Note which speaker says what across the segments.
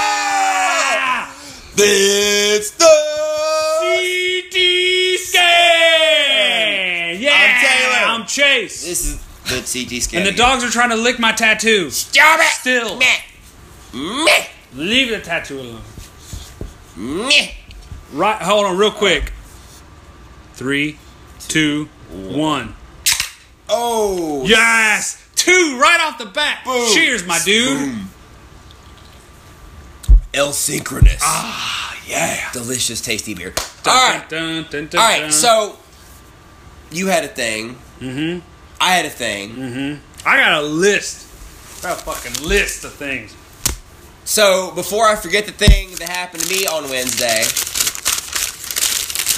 Speaker 1: Yeah!
Speaker 2: It's the.
Speaker 1: CTC! Yeah!
Speaker 2: I'm Taylor.
Speaker 1: I'm Chase.
Speaker 2: This is the CT scan.
Speaker 1: and the dogs are trying to lick my tattoo.
Speaker 2: Stop it!
Speaker 1: Still.
Speaker 2: Meh. Meh.
Speaker 1: Leave the tattoo alone.
Speaker 2: Meh.
Speaker 1: Right, hold on, real quick. Three, two, one.
Speaker 2: Oh.
Speaker 1: Yes! Two right off the bat.
Speaker 2: Boom.
Speaker 1: Cheers, my dude.
Speaker 2: El synchronous. Ah, yeah. Delicious, tasty beer. All right.
Speaker 1: Dun, dun, dun,
Speaker 2: All right.
Speaker 1: dun.
Speaker 2: So you had a thing. Mm-hmm. I had a thing.
Speaker 1: Mm-hmm. I got a list. I got a fucking list of things.
Speaker 2: So before I forget the thing that happened to me on Wednesday,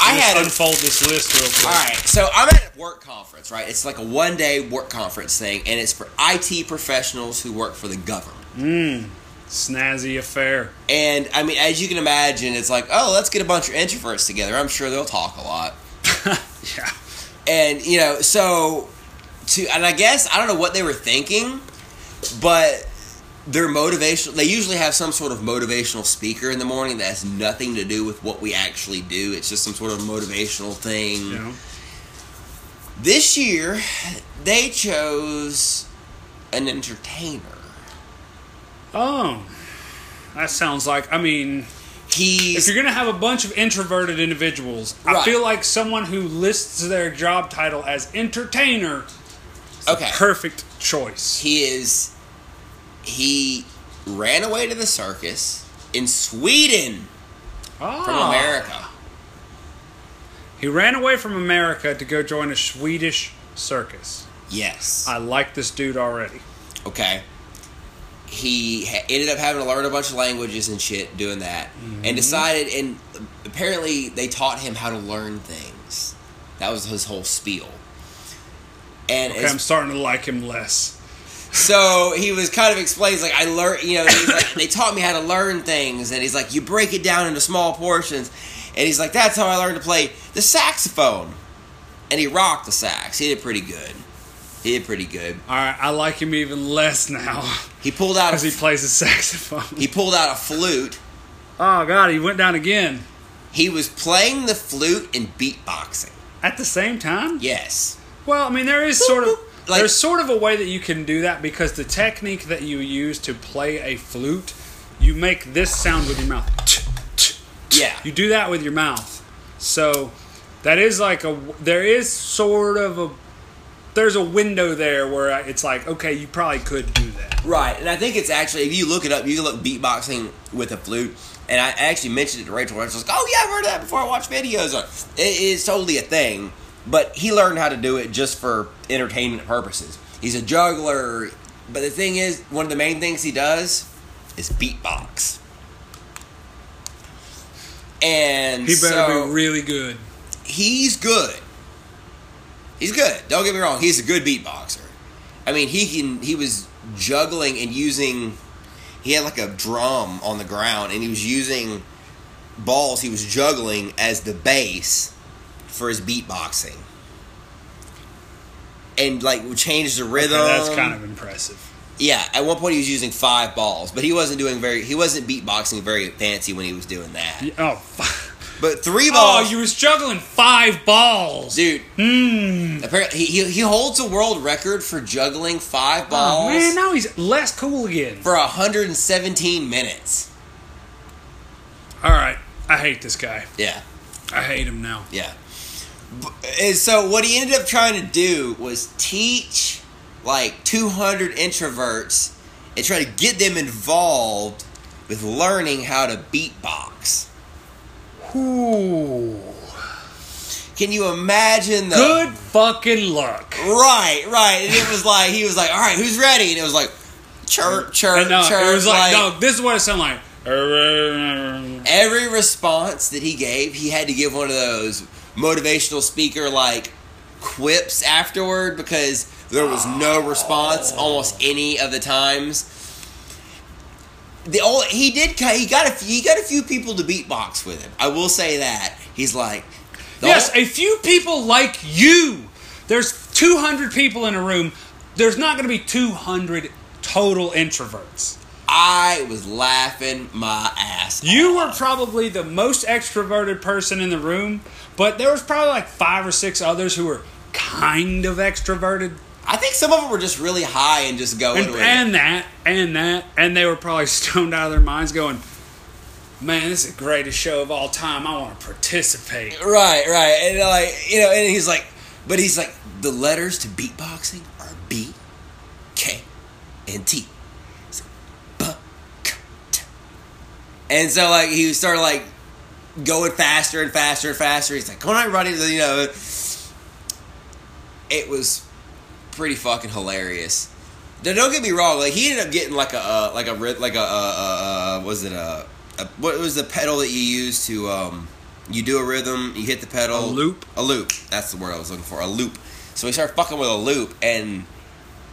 Speaker 2: I
Speaker 1: Let's
Speaker 2: had a
Speaker 1: unfold this list real quick.
Speaker 2: All right, so I'm at a work conference, right? It's like a one day work conference thing, and it's for IT professionals who work for the government.
Speaker 1: Snazzy affair.
Speaker 2: And I mean, as you can imagine, it's like, oh, let's get a bunch of introverts together. I'm sure they'll talk a lot.
Speaker 1: Yeah.
Speaker 2: And you know, so to and I guess I don't know what they were thinking, but their motivational they usually have some sort of motivational speaker in the morning that has nothing to do with what we actually do. It's just some sort of motivational thing.
Speaker 1: You know?
Speaker 2: This year, they chose an entertainer.
Speaker 1: Oh. That sounds like, I mean, if
Speaker 2: He's
Speaker 1: you're going to have a bunch of introverted individuals, I
Speaker 2: Right.
Speaker 1: feel like someone who lists their job title as entertainer
Speaker 2: okay.
Speaker 1: perfect choice.
Speaker 2: He is. He ran away to the circus in Sweden
Speaker 1: Ah.
Speaker 2: from America.
Speaker 1: He ran away from America to go join a Swedish circus.
Speaker 2: Yes.
Speaker 1: I like this dude already.
Speaker 2: Okay. He ha- ended up having to learn a bunch of languages and shit doing that,
Speaker 1: Mm-hmm.
Speaker 2: and decided. And apparently, they taught him how to learn things. That was his whole spiel. And
Speaker 1: Okay,
Speaker 2: as
Speaker 1: I'm starting to like him less.
Speaker 2: So he was kind of explains like I learned, you know, he's like, they taught me how to learn things, and he's like, you break it down into small portions, and he's like, that's how I learned to play the saxophone, and he rocked the sax. He did pretty good. He did pretty good.
Speaker 1: All right, I like him even less now
Speaker 2: He pulled out a,
Speaker 1: because he plays the saxophone.
Speaker 2: he pulled out a flute.
Speaker 1: Oh God, he went down again
Speaker 2: He was playing the flute and beatboxing.
Speaker 1: at the same time.
Speaker 2: Yes,
Speaker 1: Well, I mean, there is sort of
Speaker 2: Like-
Speaker 1: there's sort of a way that you can do that because the technique that you use to play a flute, you make this sound with your mouth.
Speaker 2: yeah,
Speaker 1: You do that with your mouth. So that is like a there is sort of a there's a window there where I- it's like okay, you probably could do that.
Speaker 2: right. And I think it's actually if you look it up, you can look beatboxing with a flute. And I actually mentioned it to Rachel. Rachel's like, "Oh yeah, I've heard of that before. I watched videos on it. It is totally a thing." But he learned how to do it just for entertainment purposes. He's a juggler, but the thing is, one of the main things he does is beatbox. And
Speaker 1: He better
Speaker 2: so,
Speaker 1: be really good.
Speaker 2: he's good. He's good. Don't get me wrong. He's a good beatboxer. I mean, he can. He was juggling and using. He had like a drum on the ground, and he was using balls. He was juggling as the bass for his beatboxing, and like changed the rhythm.
Speaker 1: Yeah, that's kind of impressive.
Speaker 2: Yeah, at one point he was using five balls, but he wasn't doing very. He wasn't beatboxing very fancy when he was doing that.
Speaker 1: Yeah, Oh, f-
Speaker 2: But three balls.
Speaker 1: oh, you was juggling five balls.
Speaker 2: Dude,
Speaker 1: Hmm.
Speaker 2: apparently he, he he holds a world record for juggling five
Speaker 1: Oh
Speaker 2: balls
Speaker 1: man, now he's less cool again.
Speaker 2: for 117 minutes.
Speaker 1: All right, I hate this guy.
Speaker 2: Yeah,
Speaker 1: I hate him now.
Speaker 2: yeah. B- And so what he ended up trying to do was teach like 200 introverts and try to get them involved with learning how to beatbox.
Speaker 1: Ooh,
Speaker 2: Can you imagine the
Speaker 1: good fucking luck.
Speaker 2: Right, right. And it was like he was like, "All right, who's ready?" And it was like, "Chirp, chirp,
Speaker 1: And no,
Speaker 2: chirp."
Speaker 1: it was like, no, this is what it sounded like.
Speaker 2: every response that he gave, he had to give one of those motivational speaker like quips afterward because there was no response almost any of the times. the old he did ki- he got a few, he got a few people to beatbox with him. I will say that he's like the
Speaker 1: Yes,
Speaker 2: ol-
Speaker 1: a few people like you. There's 200 people in a room. There's not going to be 200 total introverts.
Speaker 2: I was laughing my ass.
Speaker 1: You
Speaker 2: off.
Speaker 1: were probably the most extroverted person in the room, but there was probably like five or six others who were kind of extroverted.
Speaker 2: I think some of them were just really high and just going.
Speaker 1: And,
Speaker 2: with it.
Speaker 1: and that, and that, and they were probably stoned out of their minds going, Man, this is the greatest show of all time. I want to participate.
Speaker 2: Right, right. And like, you know, and he's like, but he's like, the letters to beatboxing are B, K, and T. He's like, "B, K, T." And so, like, he started, like, going faster and faster and faster. He's like, come on, everybody. You know, it was pretty fucking hilarious. Now, don't get me wrong. Like he ended up getting like a uh, like a ri- like a uh, uh, uh, was it a, a what was the pedal that you use to um you do a rhythm you hit the pedal
Speaker 1: A loop?
Speaker 2: a loop that's the word I was looking for a loop so he started fucking with a loop and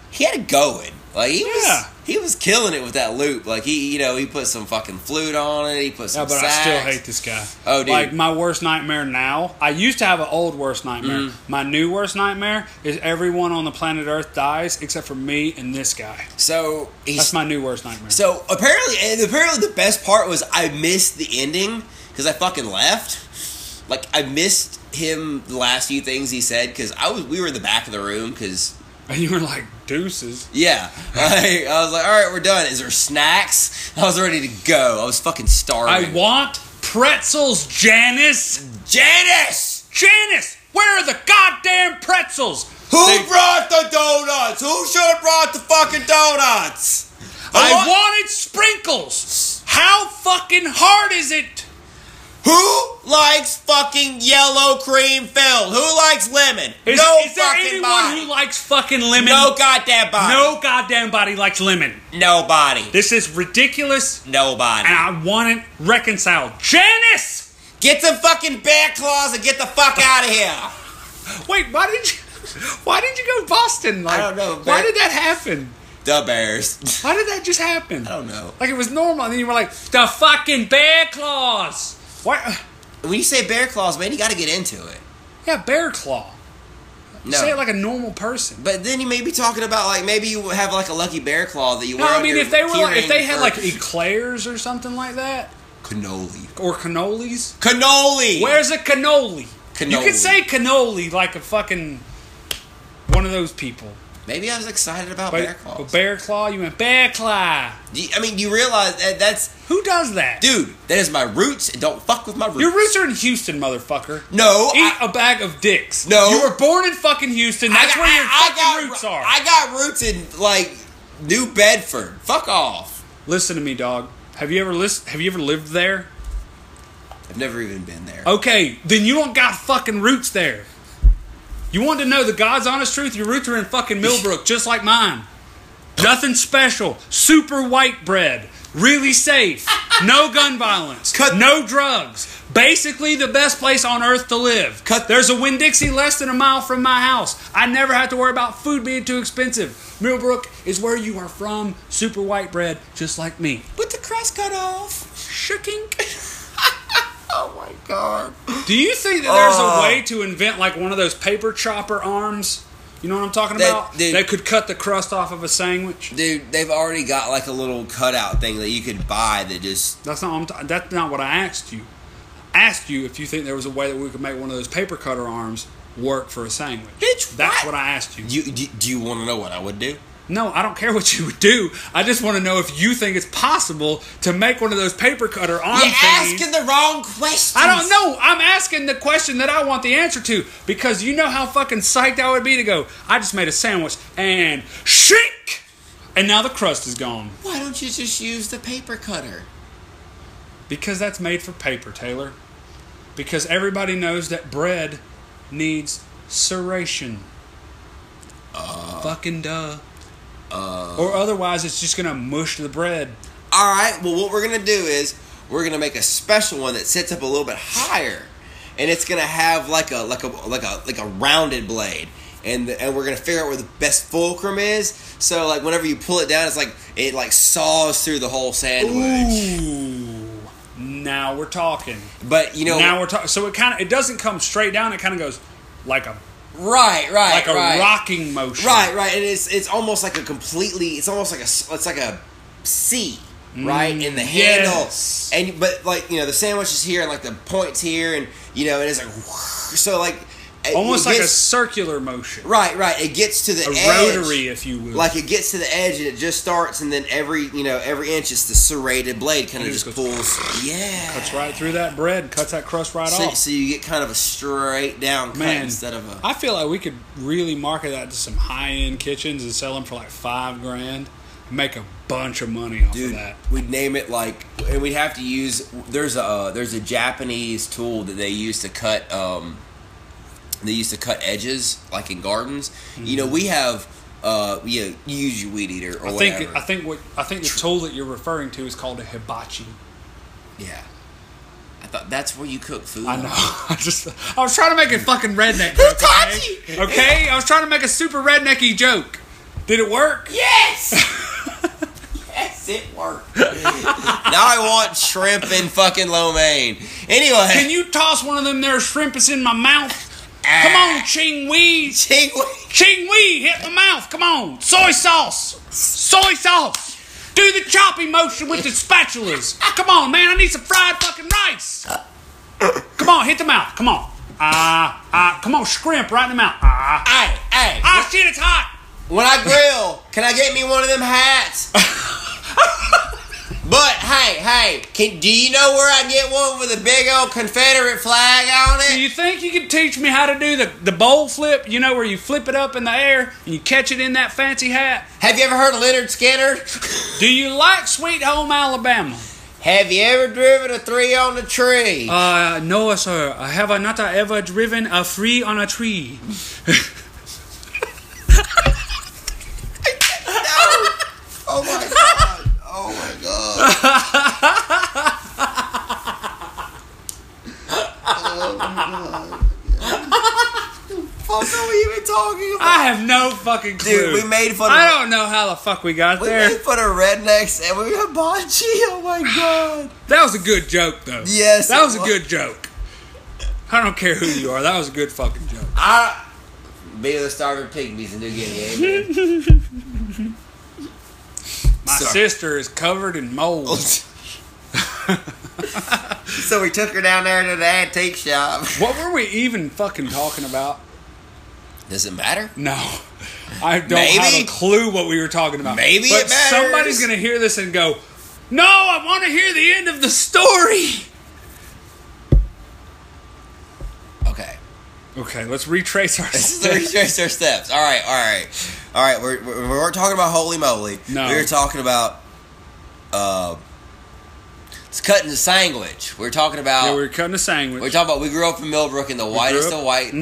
Speaker 2: he had it going like he
Speaker 1: Yeah.
Speaker 2: was he was killing it with that loop like he you know he put some fucking flute on it he put some
Speaker 1: Yeah, but I
Speaker 2: sax.
Speaker 1: still hate this guy.
Speaker 2: Oh, dude.
Speaker 1: Like my worst nightmare now. I used to have an old worst nightmare.
Speaker 2: Mm-hmm.
Speaker 1: My new worst nightmare is everyone on the planet Earth dies except for me and this guy.
Speaker 2: so he's
Speaker 1: That's my new worst nightmare.
Speaker 2: So apparently, and apparently the best part was I missed the ending because I fucking left. Like I missed him the last few things he said because I was we were in the back of the room because
Speaker 1: and you were like deuces.
Speaker 2: yeah I, I was like all right we're done is there snacks I was ready to go I was fucking
Speaker 1: I
Speaker 2: starving
Speaker 1: want pretzels, Janice.
Speaker 2: Janice
Speaker 1: Janice, where are the goddamn pretzels?
Speaker 2: who
Speaker 1: They-
Speaker 2: brought the donuts who should have brought the fucking donuts
Speaker 1: I
Speaker 2: want-
Speaker 1: wanted sprinkles. How fucking hard is it?
Speaker 2: who likes fucking yellow cream filled who likes lemon
Speaker 1: Is,
Speaker 2: no
Speaker 1: is there
Speaker 2: fucking
Speaker 1: anyone
Speaker 2: body.
Speaker 1: who likes fucking lemon?
Speaker 2: no goddamn body
Speaker 1: No goddamn body likes lemon.
Speaker 2: Nobody.
Speaker 1: This is ridiculous,
Speaker 2: Nobody.
Speaker 1: and I want it reconciled. Janice!
Speaker 2: Get some fucking bear claws and get the fuck out of here.
Speaker 1: Wait, why did you? Why did you go Boston? Like,
Speaker 2: don't know,
Speaker 1: Why
Speaker 2: man.
Speaker 1: did that happen?
Speaker 2: The bears.
Speaker 1: Why did that just happen? I
Speaker 2: don't know.
Speaker 1: Like it was normal, and then you were like, "The fucking bear claws." Why? uh,
Speaker 2: When you say bear claws, man, you got to get into it.
Speaker 1: Yeah, bear claw.
Speaker 2: No.
Speaker 1: Say it like a normal person.
Speaker 2: but then you may be talking about like maybe you have like a lucky bear claw that you
Speaker 1: No,
Speaker 2: wear.
Speaker 1: I
Speaker 2: on
Speaker 1: mean
Speaker 2: your
Speaker 1: if they were, like, if
Speaker 2: keyring
Speaker 1: they had
Speaker 2: for-
Speaker 1: like e- eclairs or something like that,
Speaker 2: cannoli.
Speaker 1: or cannolis.
Speaker 2: Cannoli.
Speaker 1: Where's a cannoli? You
Speaker 2: Cannoli.
Speaker 1: could say cannoli like a fucking one of those people.
Speaker 2: Maybe I was excited about
Speaker 1: But
Speaker 2: bear claws.
Speaker 1: but bear claw, you went bear claw.
Speaker 2: Do you- I mean, you realize that that's
Speaker 1: Who does that?
Speaker 2: dude. That is my roots. and Don't fuck with my roots.
Speaker 1: Your roots are in Houston, motherfucker.
Speaker 2: No,
Speaker 1: Eat
Speaker 2: I-
Speaker 1: a bag of dicks.
Speaker 2: No.
Speaker 1: You were born in fucking Houston. That's where your fucking roots are.
Speaker 2: I got roots in like New Bedford. Fuck off.
Speaker 1: Listen to me, dog. Have you ever list- Have you ever lived there?
Speaker 2: I've never even been there.
Speaker 1: Okay, then you don't got fucking roots there. You want to know the God's honest truth? Your roots are in fucking Millbrook, just like mine. Nothing special. Super white bread. Really safe. No gun violence.
Speaker 2: Cut-
Speaker 1: No drugs. Basically, the best place on earth to live.
Speaker 2: Cut-
Speaker 1: There's a Winn Dixie less than a mile from my house. I never have to worry about food being too expensive. Millbrook is where you are from. Super white bread, just like me.
Speaker 2: With the crust cut off.
Speaker 1: Shooking.
Speaker 2: Oh my god.
Speaker 1: Do you think that there's
Speaker 2: Oh.
Speaker 1: a way to invent like one of those paper chopper arms? You know what I'm talking
Speaker 2: That-
Speaker 1: about?
Speaker 2: dude.
Speaker 1: that could cut the crust off of a sandwich.
Speaker 2: Dude, they've already got like a little cutout thing that you could buy that just.
Speaker 1: That's not. What I'm ta- that's not what I asked you. I asked you if you think there was a way that we could make one of those paper cutter arms work for a sandwich.
Speaker 2: Bitch,
Speaker 1: that's
Speaker 2: what?
Speaker 1: what I asked you.
Speaker 2: You, do, do you want to know what I would do?
Speaker 1: No, I don't care what you would do. I just want to know if you think it's possible to make one of those paper cutter arm
Speaker 2: You're
Speaker 1: thingies.
Speaker 2: asking the wrong question.
Speaker 1: I don't know. I'm asking the question that I want the answer to because you know how fucking psyched I would be to go. I just made a sandwich and shake, and now the crust is gone
Speaker 2: Why don't you just use the paper cutter?
Speaker 1: because that's made for paper, Taylor. Because everybody knows that bread needs serration. fucking duh. or otherwise, it's just gonna mush the bread.
Speaker 2: All right. Well, what we're gonna do is we're gonna make a special one that sits up a little bit higher, and it's gonna have like a like a like a like a rounded blade, and the, and we're gonna figure out where the best fulcrum is. So like whenever you pull it down, it's like it like saws through the whole sandwich.
Speaker 1: Ooh. Now we're talking.
Speaker 2: But you know,
Speaker 1: Now we're talking. So it kind of it doesn't come straight down. It kind of goes like a
Speaker 2: right, right,
Speaker 1: like a
Speaker 2: right.
Speaker 1: rocking motion.
Speaker 2: Right, right, and it's it's almost like a completely. It's almost like a s- it's like a C, right, in the handle.
Speaker 1: Mm, yes.
Speaker 2: And but like you know the sandwich is here and like the points here and you know and it's like so like it
Speaker 1: Almost like a
Speaker 2: gets-
Speaker 1: circular motion.
Speaker 2: right, right. It gets to the
Speaker 1: A
Speaker 2: edge,
Speaker 1: rotary, if you will.
Speaker 2: Like it gets to the edge and it just starts, and then every you know every inch it's the serrated blade kind of
Speaker 1: it
Speaker 2: just
Speaker 1: just
Speaker 2: pulls. Yeah,
Speaker 1: cuts right through that bread, cuts that crust right
Speaker 2: So,
Speaker 1: off.
Speaker 2: so you get kind of a straight down cut
Speaker 1: Man,
Speaker 2: instead of a
Speaker 1: I feel like we could really market that to some high end kitchens and sell them for like five grand, and make a bunch of money off
Speaker 2: Dude,
Speaker 1: of that.
Speaker 2: we'd name it like, and we'd have to use. There's a uh, there's a Japanese tool that they use to cut. Um, they used to cut edges, like in gardens. You know, we have. Uh, you, know, you use your weed eater or
Speaker 1: Mm-hmm. I
Speaker 2: whatever.
Speaker 1: think I think what I think the tool that you're referring to is called a hibachi.
Speaker 2: yeah. I thought that's where you cook food.
Speaker 1: I know. I just I was trying to make a fucking redneck joke. Okay?
Speaker 2: Hibachi!
Speaker 1: okay? I was trying to make a super rednecky joke. Did it work?
Speaker 2: Yes. yes, it worked. now I want shrimp and fucking lo mein. Anyway,
Speaker 1: Can you toss one of them there shrimpies in my mouth? Come on, Ching Wee.
Speaker 2: Ching Wei-
Speaker 1: Ching Wee, hit my mouth. Come on. Soy sauce. Soy sauce. Do the choppy motion with the spatulas. Come on, man. I need some fried fucking rice. Come on, hit the mouth. Come on. Ah, ah. Come on, scrimp right in the mouth. Ah,
Speaker 2: Hey, hey.
Speaker 1: ah. Shit, it's hot.
Speaker 2: When I grill, can I get me one of them hats? but hey, hey, can do you know where I get one with a big old Confederate flag on
Speaker 1: Do
Speaker 2: it?
Speaker 1: you think you could teach me how to do the, the bowl flip? You know, where you flip it up in the air and you catch it in that fancy hat?
Speaker 2: Have you ever heard of Leonard Skinner?
Speaker 1: Do you like Sweet Home Alabama?
Speaker 2: Have you ever driven a three on the tree?
Speaker 1: Uh, no, sir. Have I not uh, ever driven a free on a tree?
Speaker 2: Oh my god! Oh my god! Oh my god! Fuck, are we even talking about?
Speaker 1: I have no fucking clue.
Speaker 2: Dude, we made fun of-
Speaker 1: I don't know how the fuck we got
Speaker 2: We
Speaker 1: there.
Speaker 2: made fun of rednecks and we got bocce. Oh my god.
Speaker 1: That was a good joke, though.
Speaker 2: Yes,
Speaker 1: that
Speaker 2: it
Speaker 1: was a
Speaker 2: was.
Speaker 1: good joke. I don't care who you are. That was a good fucking joke.
Speaker 2: I be the starving pygmies in New Guinea. Amen.
Speaker 1: My
Speaker 2: Sorry. Oh,
Speaker 1: sister is covered in mold.
Speaker 2: so we took her down there to the antique shop.
Speaker 1: what were we even fucking talking about?
Speaker 2: Does it matter?
Speaker 1: No. I don't have a
Speaker 2: Maybe.
Speaker 1: clue what we were talking about.
Speaker 2: Maybe
Speaker 1: but
Speaker 2: it matters.
Speaker 1: somebody's gonna hear this and go, "No, I want to hear the end of the story."
Speaker 2: Okay.
Speaker 1: Okay, let's retrace our.
Speaker 2: Let's retrace our steps. All right, all right, all right. We're, we're, we weren't talking about holy moly.
Speaker 1: No.
Speaker 2: we were talking about uh, it's cutting the sandwich. We were talking about
Speaker 1: Yeah, we
Speaker 2: we
Speaker 1: were cutting a sandwich.
Speaker 2: are talking about we grew up in Millbrook in the whitest
Speaker 1: up-
Speaker 2: of white.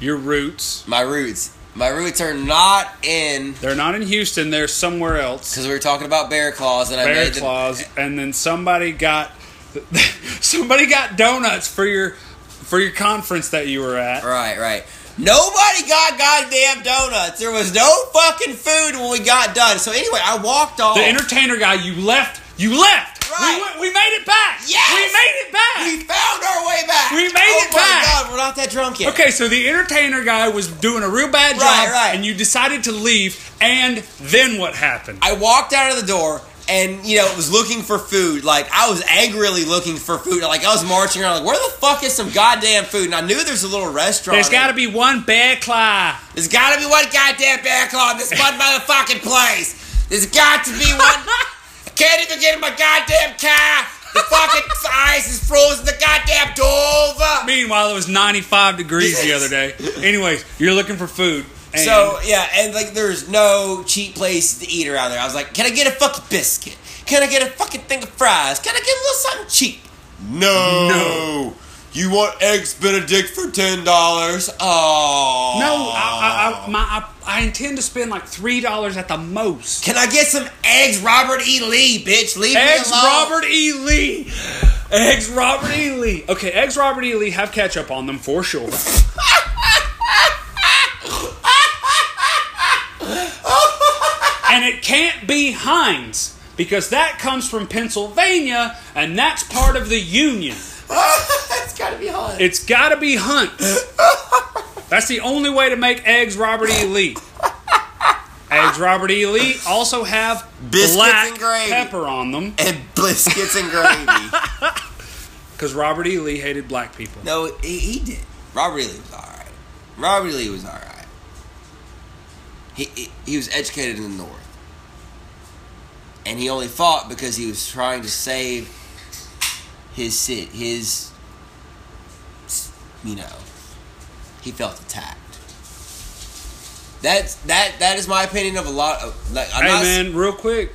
Speaker 1: Your roots.
Speaker 2: My roots, my roots are not in
Speaker 1: They're not in Houston. They're somewhere else.
Speaker 2: because we were talking about bear claws and I
Speaker 1: Bear
Speaker 2: made the
Speaker 1: claws, and then somebody got somebody got donuts for your for your conference that you were at.
Speaker 2: Right, right. Nobody got goddamn donuts. There was no fucking food when we got done. So anyway, I walked off.
Speaker 1: The entertainer guy, you left. You left.
Speaker 2: Oh. Right.
Speaker 1: We, went- we made it back.
Speaker 2: Yes!
Speaker 1: We made it back.
Speaker 2: we found our way back.
Speaker 1: We made
Speaker 2: oh
Speaker 1: it
Speaker 2: my
Speaker 1: back.
Speaker 2: God, we're not that drunk yet.
Speaker 1: Okay, so the entertainer guy was doing a real bad job,
Speaker 2: Right, right.
Speaker 1: and you decided to leave. And then what happened?
Speaker 2: I walked out of the door. And you know, was looking for food. Like I was angrily looking for food. Like I was marching around. Like where the fuck is some goddamn food? And I knew there's a little restaurant.
Speaker 1: There's got to be one bear claw.
Speaker 2: There's gotta be one goddamn bear claw in this one motherfucking place. There's got to be one. I can't even get in my goddamn car. The fucking ice is frozen. The goddamn door.
Speaker 1: Meanwhile, it was 95 degrees the other day. Anyways, you're looking for food. And
Speaker 2: So yeah, and like there's no cheap place to eat around there. I was like, can I get a fucking biscuit? Can I get a fucking thing of fries? Can I get a little something cheap? No.
Speaker 1: No.
Speaker 2: You want eggs Benedict for ten dollars? Oh.
Speaker 1: no, I, I, I, my, I, I intend to spend like three dollars at the most.
Speaker 2: Can I get some eggs, Robert E. Lee, bitch? Leave
Speaker 1: Eggs
Speaker 2: me alone.
Speaker 1: Robert E. Lee. Eggs Robert E. Lee. Okay, eggs Robert E. Lee have ketchup on them for sure. And it can't be Heinz because that comes from Pennsylvania and that's part of the Union.
Speaker 2: it's gotta be hot.
Speaker 1: It's got to be Hunt's. That's the only way to make eggs Robert E. Lee. Eggs Robert E. Lee also have
Speaker 2: Biscuits
Speaker 1: black
Speaker 2: and gravy.
Speaker 1: pepper on them
Speaker 2: and biscuits and gravy.
Speaker 1: because Robert E. Lee hated black people.
Speaker 2: no, he, he did. Robert E. Lee was all right. Robert E. Lee was all right. He, he he was educated in the North, and he only fought because he was trying to save his city. His, you know, he felt attacked. That's that. That is my opinion of a lot of. Like, I'm
Speaker 1: Hey
Speaker 2: not,
Speaker 1: man, real quick,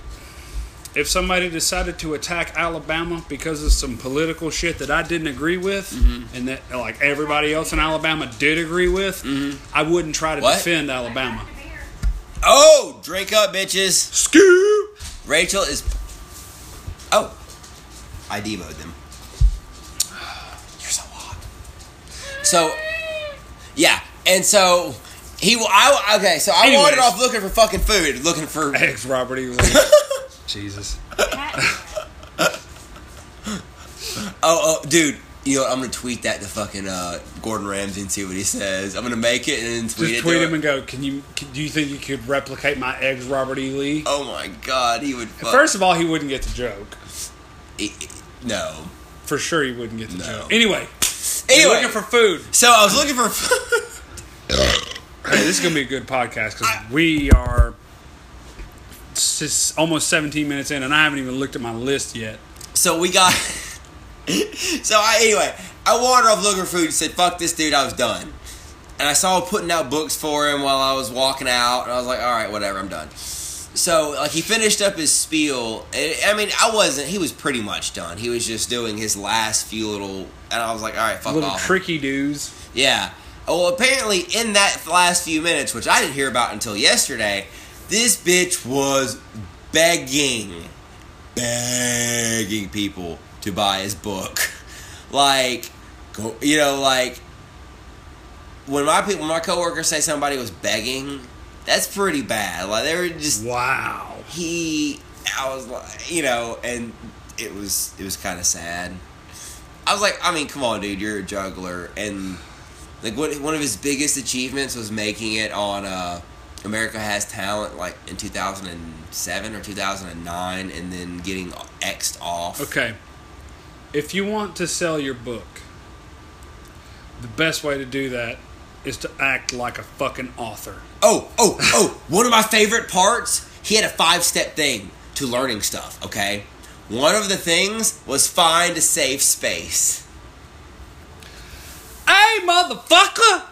Speaker 1: if somebody decided to attack Alabama because of some political shit that I didn't agree with,
Speaker 2: Mm-hmm.
Speaker 1: and that like everybody else in Alabama did agree with, I wouldn't try to
Speaker 2: Mm-hmm. What?
Speaker 1: defend Alabama.
Speaker 2: Oh, drink up, bitches.
Speaker 1: Scoop.
Speaker 2: Rachel is. Oh, I demoed them. You're so hot. So, yeah, and so he will. I okay. So I
Speaker 1: Anyways.
Speaker 2: wandered off looking for fucking food, looking for.
Speaker 1: Ex Robert E. Lee. Jesus.
Speaker 2: Oh, oh, dude. You know, what? I'm gonna tweet that to fucking uh, Gordon Ramsay and see what he says. I'm gonna make it and then tweet
Speaker 1: Just
Speaker 2: it.
Speaker 1: tweet
Speaker 2: to
Speaker 1: him and go. Can you? Can, do you think you could replicate my eggs, Robert E. Lee?
Speaker 2: Oh my god, he would. Fuck.
Speaker 1: First of all, he wouldn't get the joke.
Speaker 2: He- he- no.
Speaker 1: For sure, he wouldn't get the
Speaker 2: No.
Speaker 1: joke. Anyway,
Speaker 2: Anyway,
Speaker 1: looking for food.
Speaker 2: so I was looking for. food.
Speaker 1: Hey, this is gonna be a good podcast because we are s- almost 17 minutes in, and I haven't even looked at my list yet.
Speaker 2: So we got. so I anyway, I wandered off looking for food and said, "Fuck this dude, I was done." And I saw him putting out books for him while I was walking out, and I was like, "All right, whatever, I'm done." So like he finished up his spiel. and- I mean, I wasn't. He was pretty much done. He was just doing his last few little, and I was like, "All right, fuck
Speaker 1: Little
Speaker 2: off."
Speaker 1: tricky dudes.
Speaker 2: Yeah. Well, apparently, in that last few minutes, which I didn't hear about until yesterday, this bitch was begging, begging people to buy his book. Like, go, you know, like when my people, when my coworkers say somebody was begging, that's pretty bad. Like they were just
Speaker 1: Wow.
Speaker 2: he I was like you know, and it was it was kinda sad. I was like, I mean, come on, dude, you're a juggler and like what one of his biggest achievements was making it on uh America Has Talent like in two thousand and seven or two thousand and nine and then getting X'd off.
Speaker 1: Okay. If you want to sell your book, the best way to do that is to act like a fucking author.
Speaker 2: Oh, oh, oh, one of my favorite parts, he had a five step thing to learning stuff, okay? One of the things was find a safe space.
Speaker 1: Hey, motherfucker!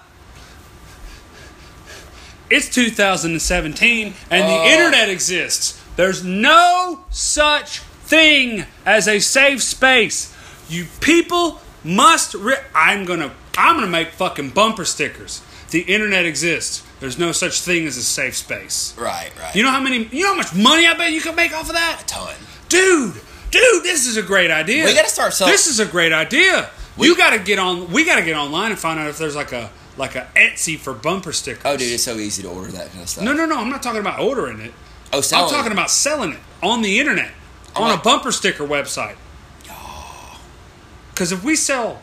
Speaker 1: It's 2017 and
Speaker 2: Oh.
Speaker 1: the internet exists. There's no such thing as a safe space. You people must. Re- I'm gonna. I'm gonna make fucking bumper stickers. The internet exists. There's no such thing as a safe space.
Speaker 2: Right, right.
Speaker 1: You know how many? You know how much money I bet you could make off of that?
Speaker 2: ton.
Speaker 1: dude, dude, this is a great idea.
Speaker 2: We gotta start selling-
Speaker 1: This is a great idea. you gotta get on. We gotta get online and find out if there's like a like a Etsy for bumper stickers.
Speaker 2: Oh, dude, it's so easy to order that kind of stuff.
Speaker 1: No, no, no. I'm not talking about ordering it.
Speaker 2: oh,
Speaker 1: I'm
Speaker 2: selling. Oh,
Speaker 1: talking about selling it on the internet on
Speaker 2: like-
Speaker 1: a bumper sticker website. Because if we sell,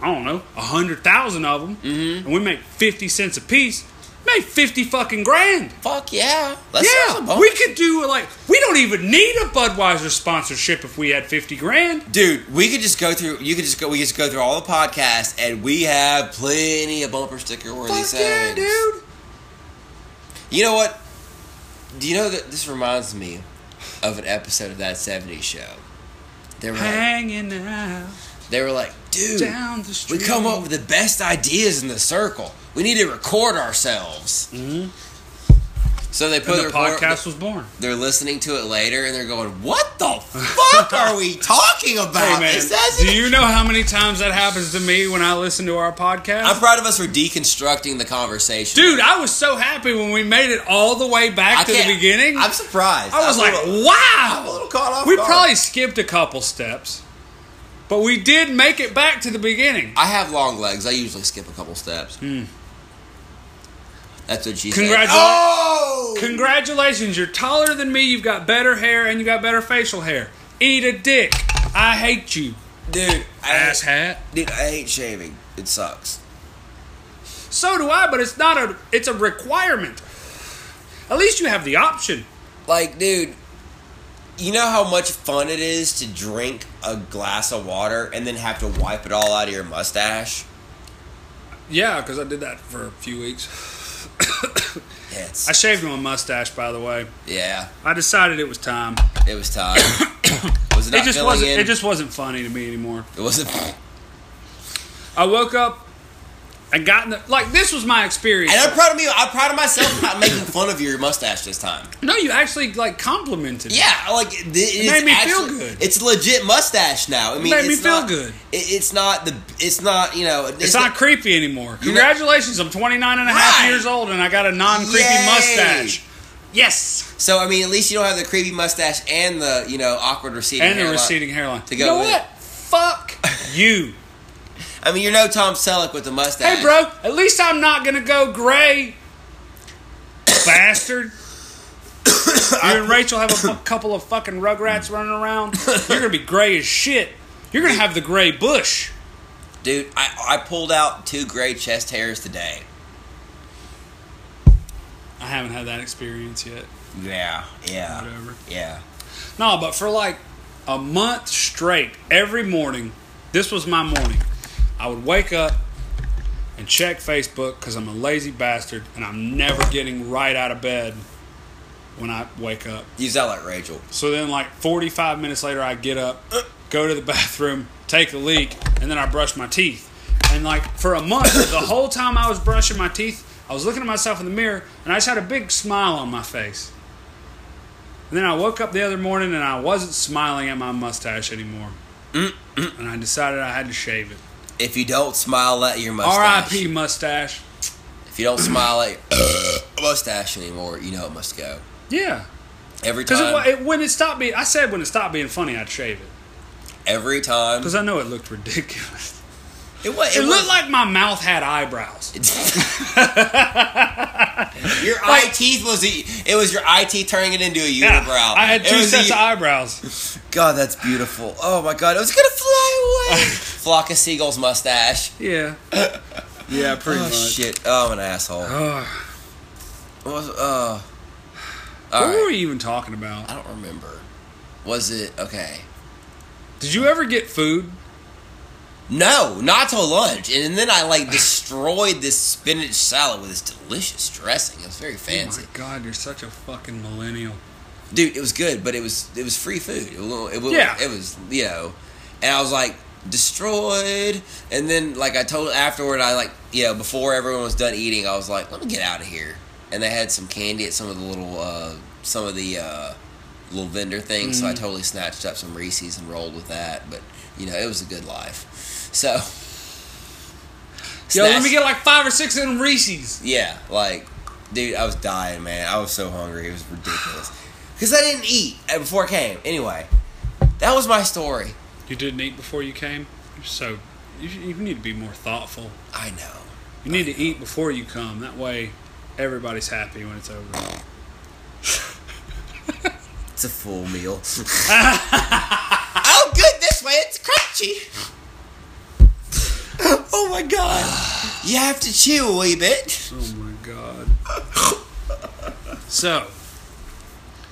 Speaker 1: I don't know, a hundred thousand of them,
Speaker 2: Mm-hmm.
Speaker 1: and we make fifty cents a piece, make fifty fucking grand.
Speaker 2: Fuck yeah! Let's sell some
Speaker 1: Yeah,
Speaker 2: bone-
Speaker 1: we could do like we don't even need a Budweiser sponsorship if we had fifty grand.
Speaker 2: dude, we could just go through. You could just go. We could just go through all the podcasts, and we have plenty of bumper sticker worthy
Speaker 1: Fuck yeah,
Speaker 2: sayings.
Speaker 1: dude.
Speaker 2: You know what? Do you know that this reminds me of an episode of that '70s show? They were like,
Speaker 1: Hanging out
Speaker 2: they were like, dude,
Speaker 1: down the street.
Speaker 2: we come up with the best ideas in the circle. We need to record ourselves. Mm-hmm. So they put
Speaker 1: And the
Speaker 2: record-
Speaker 1: podcast was born.
Speaker 2: they're listening to it later and they're going, "What the fuck are we talking
Speaker 1: Hey
Speaker 2: about?"
Speaker 1: man,
Speaker 2: It says
Speaker 1: do
Speaker 2: it-
Speaker 1: you know how many times that happens to me when I listen to our podcast?
Speaker 2: I'm proud of us for deconstructing the conversation,
Speaker 1: Dude, I was so happy when we made it all the way back
Speaker 2: I
Speaker 1: to the
Speaker 2: can't-
Speaker 1: beginning.
Speaker 2: I'm surprised.
Speaker 1: I was
Speaker 2: I'm
Speaker 1: like,
Speaker 2: a little- I'm a
Speaker 1: wow.
Speaker 2: little caught off.
Speaker 1: We
Speaker 2: guard.
Speaker 1: probably skipped a couple steps, but we did make it back to the beginning.
Speaker 2: I have long legs. I usually skip a couple steps. That's what she said.
Speaker 1: Hmm. Congratu-
Speaker 2: Oh!
Speaker 1: Congratulations, you're taller than me, you've got better hair, and you got better facial hair. Eat a dick. I hate you,
Speaker 2: dude, I,
Speaker 1: ass hat.
Speaker 2: dude, I hate shaving. It sucks.
Speaker 1: So do I, but it's not a it's a requirement. At least you have the option.
Speaker 2: Like, dude, you know how much fun it is to drink a glass of water and then have to wipe it all out of your mustache?
Speaker 1: Yeah, because I did that for a few weeks.
Speaker 2: Yeah, it's-
Speaker 1: I shaved my mustache, by the way.
Speaker 2: yeah,
Speaker 1: I decided it was time.
Speaker 2: it was time. was it not
Speaker 1: it just
Speaker 2: filling
Speaker 1: wasn't.
Speaker 2: in?
Speaker 1: It just wasn't funny to me anymore.
Speaker 2: It wasn't.
Speaker 1: I woke up and got in the like. This was my experience.
Speaker 2: And I'm proud of me. I'm proud of myself for not making fun of your mustache this time.
Speaker 1: no, you actually like complimented. me.
Speaker 2: Yeah, I like it, it
Speaker 1: made
Speaker 2: it's
Speaker 1: me feel
Speaker 2: actually-
Speaker 1: good.
Speaker 2: It's a legit mustache now. I mean,
Speaker 1: made me
Speaker 2: it's
Speaker 1: feel
Speaker 2: not-
Speaker 1: good.
Speaker 2: It, it's not the. It's not you know.
Speaker 1: It's not creepy anymore.
Speaker 2: You're not-
Speaker 1: Congratulations, I'm 29 and a half
Speaker 2: Right.
Speaker 1: years old and I got a non-creepy
Speaker 2: Yay.
Speaker 1: mustache. Yes.
Speaker 2: So I mean, at least you don't have the creepy mustache and the you know awkward receding.
Speaker 1: and a
Speaker 2: hairline.
Speaker 1: receding hairline.
Speaker 2: To go
Speaker 1: you know
Speaker 2: with
Speaker 1: what? Fuck you.
Speaker 2: I mean, you're no Tom Selleck with the mustache.
Speaker 1: Hey, bro, at least I'm not going to go gray. Bastard. you and Rachel have a fu- couple of fucking rugrats running around. You're going to be gray as shit. You're going to have the gray bush.
Speaker 2: dude, I, I pulled out two gray chest hairs today.
Speaker 1: I haven't had that experience yet.
Speaker 2: Yeah, yeah,
Speaker 1: Whatever.
Speaker 2: yeah.
Speaker 1: No, but for like a month straight, every morning, this was my morning. I would wake up and check Facebook because I'm a lazy bastard and I'm never getting right out of bed when I wake up.
Speaker 2: You sound like Rachel.
Speaker 1: So then, like 45 minutes later, I get up, go to the bathroom, take a leak, and then I brush my teeth. And like for a month, the whole time I was brushing my teeth, I was looking at myself in the mirror and I just had a big smile on my face. And then I woke up the other morning and I wasn't smiling at my mustache anymore. And I decided I had to shave it.
Speaker 2: If you don't smile at your mustache,
Speaker 1: R.I.P. mustache.
Speaker 2: If you don't smile at your mustache anymore, you know it must go.
Speaker 1: Yeah.
Speaker 2: Every
Speaker 1: Because
Speaker 2: time,
Speaker 1: it, when it stopped being, I said when it stopped being funny, I'd shave it.
Speaker 2: every time,
Speaker 1: Because I know it looked ridiculous.
Speaker 2: it, wa- it,
Speaker 1: It
Speaker 2: was
Speaker 1: looked like my mouth had eyebrows.
Speaker 2: your eye teeth was the, it was your eye teeth turning it into a
Speaker 1: Yeah,
Speaker 2: unibrow.
Speaker 1: I had
Speaker 2: It
Speaker 1: two
Speaker 2: was e-
Speaker 1: sets
Speaker 2: the-
Speaker 1: of eyebrows.
Speaker 2: God, that's beautiful. Oh my God, it was gonna fly away. Flock of seagulls mustache.
Speaker 1: Yeah. yeah, pretty
Speaker 2: Oh shit! Oh, I'm an asshole.
Speaker 1: Ugh.
Speaker 2: What was? Uh,
Speaker 1: what
Speaker 2: all right.
Speaker 1: were we even talking about?
Speaker 2: I don't remember. Was it okay?
Speaker 1: Did you ever get food?
Speaker 2: No, not till lunch, and then I like destroyed this spinach salad with this delicious dressing. It was very fancy,
Speaker 1: Oh my god, you're such a fucking millennial.
Speaker 2: dude. It was good, but it was it was free food. It was, it was,
Speaker 1: Yeah.
Speaker 2: it was you know, and I was like destroyed, and then like I told afterward, I like you know before everyone was done eating, I was like, let me get out of here, and they had some candy at some of the little uh, some of the uh, little vendor things,
Speaker 1: Mm.
Speaker 2: so I totally snatched up some Reese's and rolled with that, but you know it was a good life, so.
Speaker 1: Yo, let
Speaker 2: Snatched-
Speaker 1: me get like five or six of them Reese's.
Speaker 2: yeah, like, dude, I was dying, man. I was so hungry. It was ridiculous. Because I didn't eat uh, before I came. Anyway, that was my story.
Speaker 1: You didn't eat before you came? You're so. You, you need to be more thoughtful.
Speaker 2: I know.
Speaker 1: You need to eat before you come. That way, everybody's happy when it's over.
Speaker 2: It's a full meal. oh, good this way. It's crunchy. oh, my God. You have to chew a wee bit.
Speaker 1: Oh my god. So,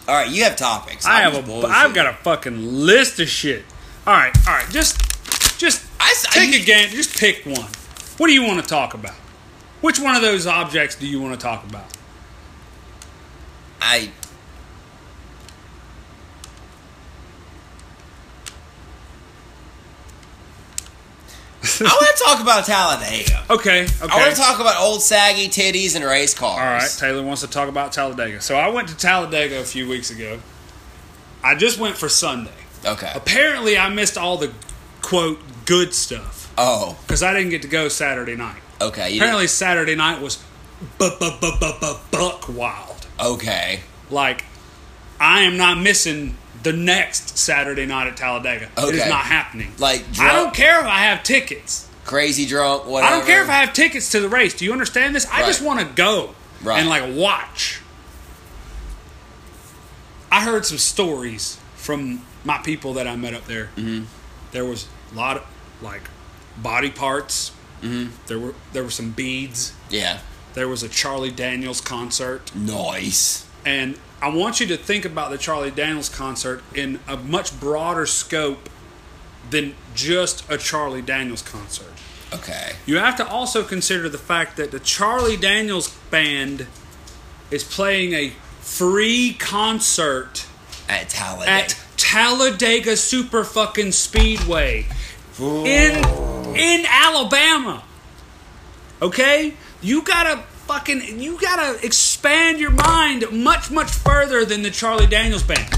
Speaker 2: All right, you have topics.
Speaker 1: I
Speaker 2: I'm
Speaker 1: have a.
Speaker 2: just
Speaker 1: I've
Speaker 2: bullshitting.
Speaker 1: got a fucking list of shit. All right, all right. Just, just
Speaker 2: I s-
Speaker 1: take
Speaker 2: I-
Speaker 1: a game. Just pick one. What do you want to talk about? Which one of those objects do you want to talk about?
Speaker 2: I. I want to talk about Talladega.
Speaker 1: Okay, okay.
Speaker 2: I want to talk about old saggy titties and race cars.
Speaker 1: all right, Taylor wants to talk about Talladega. So I went to Talladega a few weeks ago. I just went for Sunday.
Speaker 2: Okay.
Speaker 1: Apparently, I missed all the quote good stuff
Speaker 2: Oh,
Speaker 1: because I didn't get to go Saturday night.
Speaker 2: okay. You
Speaker 1: Apparently, Saturday night was bu- bu- bu- bu- bu- buck wild.
Speaker 2: Okay.
Speaker 1: Like, I am not missing the next Saturday night at Talladega. It is
Speaker 2: Okay.
Speaker 1: not happening.
Speaker 2: Like
Speaker 1: I
Speaker 2: drunk,
Speaker 1: don't care if I have tickets.
Speaker 2: crazy drunk, whatever.
Speaker 1: I don't care if I have tickets to the race. Do you understand this? I just
Speaker 2: Right.
Speaker 1: want to go.
Speaker 2: Right.
Speaker 1: and like watch. I heard some stories from my people that I met up there. Mm-hmm. There was a lot of like body parts. Mm-hmm. There were there were some beads.
Speaker 2: Yeah.
Speaker 1: There was a Charlie Daniels concert,
Speaker 2: Nice.
Speaker 1: and I want you to think about the Charlie Daniels concert in a much broader scope than just a Charlie Daniels concert.
Speaker 2: Okay.
Speaker 1: You have to also consider the fact that the Charlie Daniels band is playing a free concert
Speaker 2: At Talladega.
Speaker 1: at Talladega Super fucking Speedway
Speaker 2: Ooh.
Speaker 1: in in Alabama. Okay? You gotta fucking you gotta expand your mind much, much further than the Charlie Daniels band.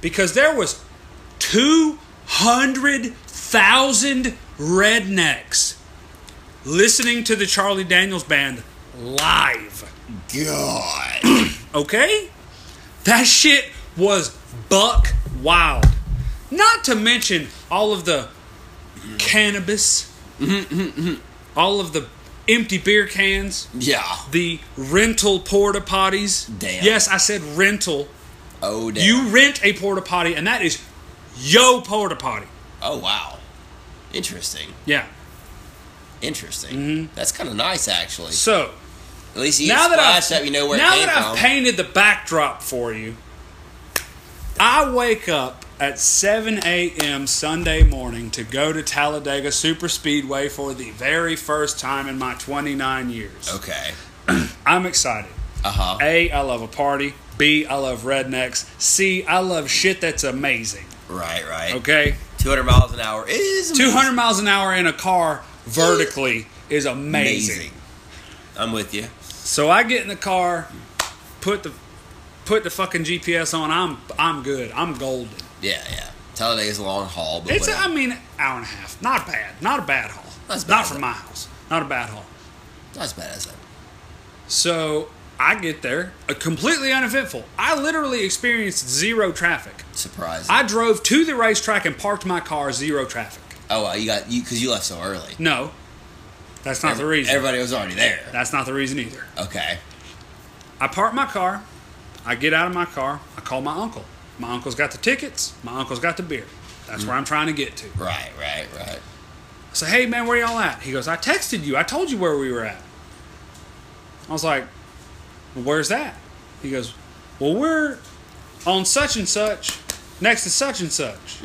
Speaker 1: Because there was two hundred thousand rednecks listening to the Charlie Daniels band live.
Speaker 2: God.
Speaker 1: Okay? That shit was buck wild. Not to mention all of the cannabis, all of the empty beer cans,
Speaker 2: yeah.
Speaker 1: the rental porta potties.
Speaker 2: Damn.
Speaker 1: Yes, I said rental.
Speaker 2: Oh damn.
Speaker 1: You rent a porta potty, and that is yo porta potty.
Speaker 2: Oh wow. Interesting.
Speaker 1: Yeah.
Speaker 2: Interesting.
Speaker 1: Mm-hmm.
Speaker 2: That's kind of nice, actually.
Speaker 1: So
Speaker 2: At least you
Speaker 1: now that
Speaker 2: splashed
Speaker 1: I've
Speaker 2: up, you know where
Speaker 1: now
Speaker 2: it came
Speaker 1: that
Speaker 2: from.
Speaker 1: I've painted the backdrop for you, I wake up at 7 a.m. Sunday morning to go to Talladega Super Speedway for the very first time in my 29 years.
Speaker 2: okay.
Speaker 1: I'm excited.
Speaker 2: Uh huh.
Speaker 1: A, I love a party. B, I love rednecks. C, I love shit that's amazing.
Speaker 2: Right. Right.
Speaker 1: Okay,
Speaker 2: 200 miles an hour is amazing.
Speaker 1: 200 miles an hour in a car vertically is amazing.
Speaker 2: I'm with you.
Speaker 1: So I get in the car, put the put the fucking GPS on. I'm I'm good. I'm golden.
Speaker 2: Yeah. Yeah. Talladega's a long haul, but
Speaker 1: It's a,
Speaker 2: whatever.
Speaker 1: I mean hour and a half. Not bad. Not a bad haul.
Speaker 2: That's bad.
Speaker 1: Not from my house. Not a bad haul.
Speaker 2: not as bad as that.
Speaker 1: So I get there, uh, completely uneventful. I literally experienced zero traffic.
Speaker 2: Surprising.
Speaker 1: I drove to the racetrack and parked my car. Zero traffic.
Speaker 2: oh wow, you got you because you left so early.
Speaker 1: No, that's not the reason.
Speaker 2: Everybody was already there.
Speaker 1: That's not the reason either.
Speaker 2: Okay.
Speaker 1: I park my car. I get out of my car. I call my uncle. My uncle's got the tickets. My uncle's got the beer. That's where I'm trying to get to.
Speaker 2: Right. Right. Right.
Speaker 1: I say, hey, man, where y'all at? He goes, I texted you. I told you where we were at. I was like, well, where's that? He goes, well, we're on such and such, next to such and such,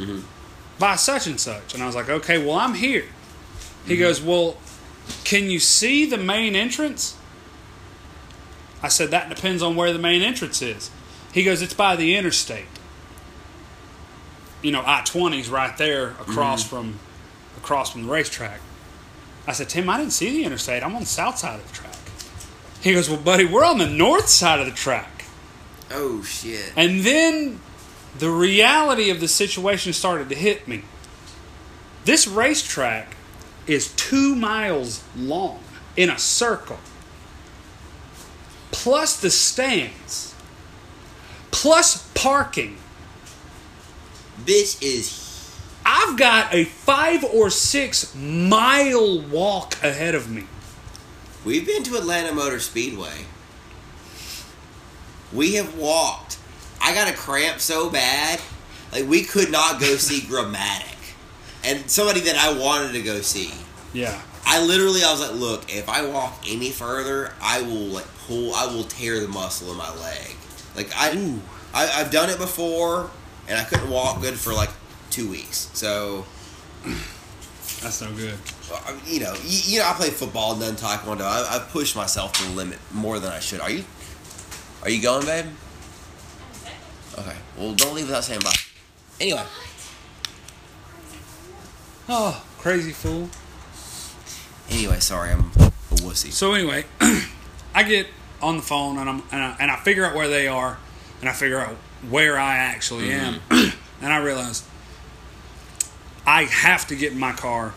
Speaker 1: by such and such. And I was like, okay, well, I'm here. He goes, well, can you see the main entrance? I said, that depends on where the main entrance is. He goes, it's by the interstate. You know, I 20's right there across from across from the racetrack. I said, Tim, I didn't see the interstate. I'm on the south side of the track. He goes, Well, buddy, we're on the north side of the track.
Speaker 2: Oh shit.
Speaker 1: And then the reality of the situation started to hit me. This racetrack is two miles long in a circle, plus the stands, plus parking.
Speaker 2: Bitch is
Speaker 1: I've got a five or six mile walk ahead of me.
Speaker 2: We've been to Atlanta Motor Speedway. We have walked. I got a cramp so bad, like we could not go see Grammatic, and somebody that I wanted to go see.
Speaker 1: Yeah.
Speaker 2: I literally, I was like, look, if I walk any further, I will like pull, I will tear the muscle in my leg. Like I, I I've done it before, and I couldn't walk good for like two weeks. So
Speaker 1: That's no good.
Speaker 2: I- you know, you, you know, I play football, done taekwondo. I, I push myself to the limit more than I should. Are you? Are you going, babe? Okay. Well, don't leave without saying bye. Anyway,
Speaker 1: Oh, crazy fool.
Speaker 2: anyway, sorry, I'm a wussy.
Speaker 1: So anyway, I get on the phone and I'm and I, and I figure out where they are, and I figure out where I actually am, and I realize I have to get in my car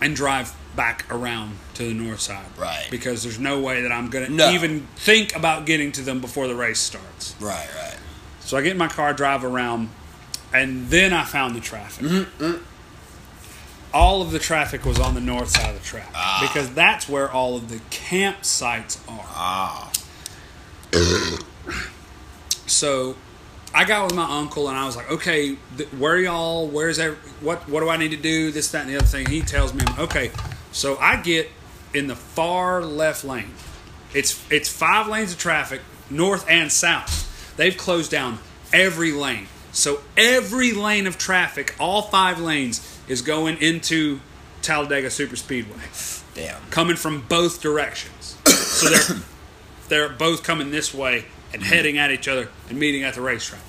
Speaker 1: and drive back around to the north side,
Speaker 2: Right.
Speaker 1: Because there's no way that I'm gonna
Speaker 2: No.
Speaker 1: even think about getting to them before the race starts.
Speaker 2: Right, right.
Speaker 1: So I get in my car, drive around, and then I found the traffic. All of the traffic was on the north side of the track because that's where all of the campsites are.
Speaker 2: Ah,
Speaker 1: so I got with my uncle and I was like, okay, th- where y'all? Where's every, what? What do I need to do? This, that, and the other thing. He tells me, I'm, okay, so I get in the far left lane. It's it's five lanes of traffic, north and south. They've closed down every lane, so every lane of traffic, all five lanes, is going into Talladega Superspeedway
Speaker 2: Damn.
Speaker 1: coming from both directions. So they're they're both coming this way and heading at each other and meeting at the racetrack.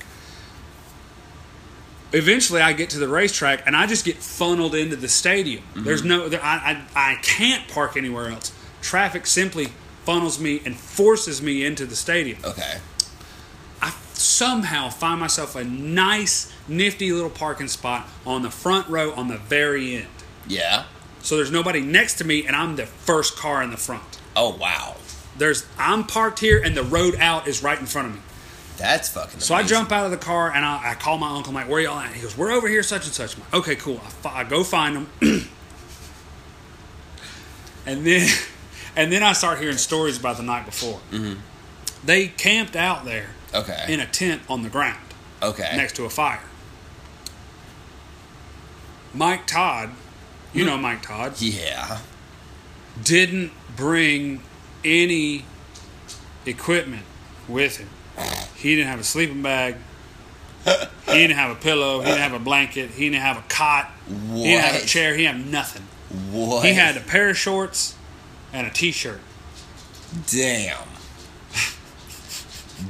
Speaker 1: Eventually, I get to the racetrack and I just get funneled into the stadium. There's no, there, I, I, I can't park anywhere else. Traffic simply funnels me and forces me into the stadium.
Speaker 2: Okay.
Speaker 1: I somehow find myself a nice, nifty little parking spot on the front row on the very end.
Speaker 2: Yeah.
Speaker 1: So there's nobody next to me, and I'm the first car in the front.
Speaker 2: Oh wow.
Speaker 1: There's I'm parked here, and the road out is right in front of me.
Speaker 2: That's fucking.
Speaker 1: So I
Speaker 2: amazing.
Speaker 1: jump out of the car and I, I call my uncle. I'm like, "Where y'all at?" He goes, "We're over here, such and such." I'm like, okay, cool. I, fi- I go find them, and then and then I start hearing stories about the night before. They camped out there
Speaker 2: Mm-hmm. Okay. Eh.
Speaker 1: in a tent on the ground
Speaker 2: okay.
Speaker 1: next to a fire. Mike Todd, you
Speaker 2: Hmm.
Speaker 1: know Mike Todd.
Speaker 2: Yeah.
Speaker 1: didn't bring any equipment with him. He didn't have a sleeping bag. He didn't have a pillow. He didn't have a blanket. He didn't have a cot. He didn't have a
Speaker 2: What?
Speaker 1: chair. He had nothing.
Speaker 2: What?
Speaker 1: He had a pair of shorts and a t-shirt.
Speaker 2: Damn.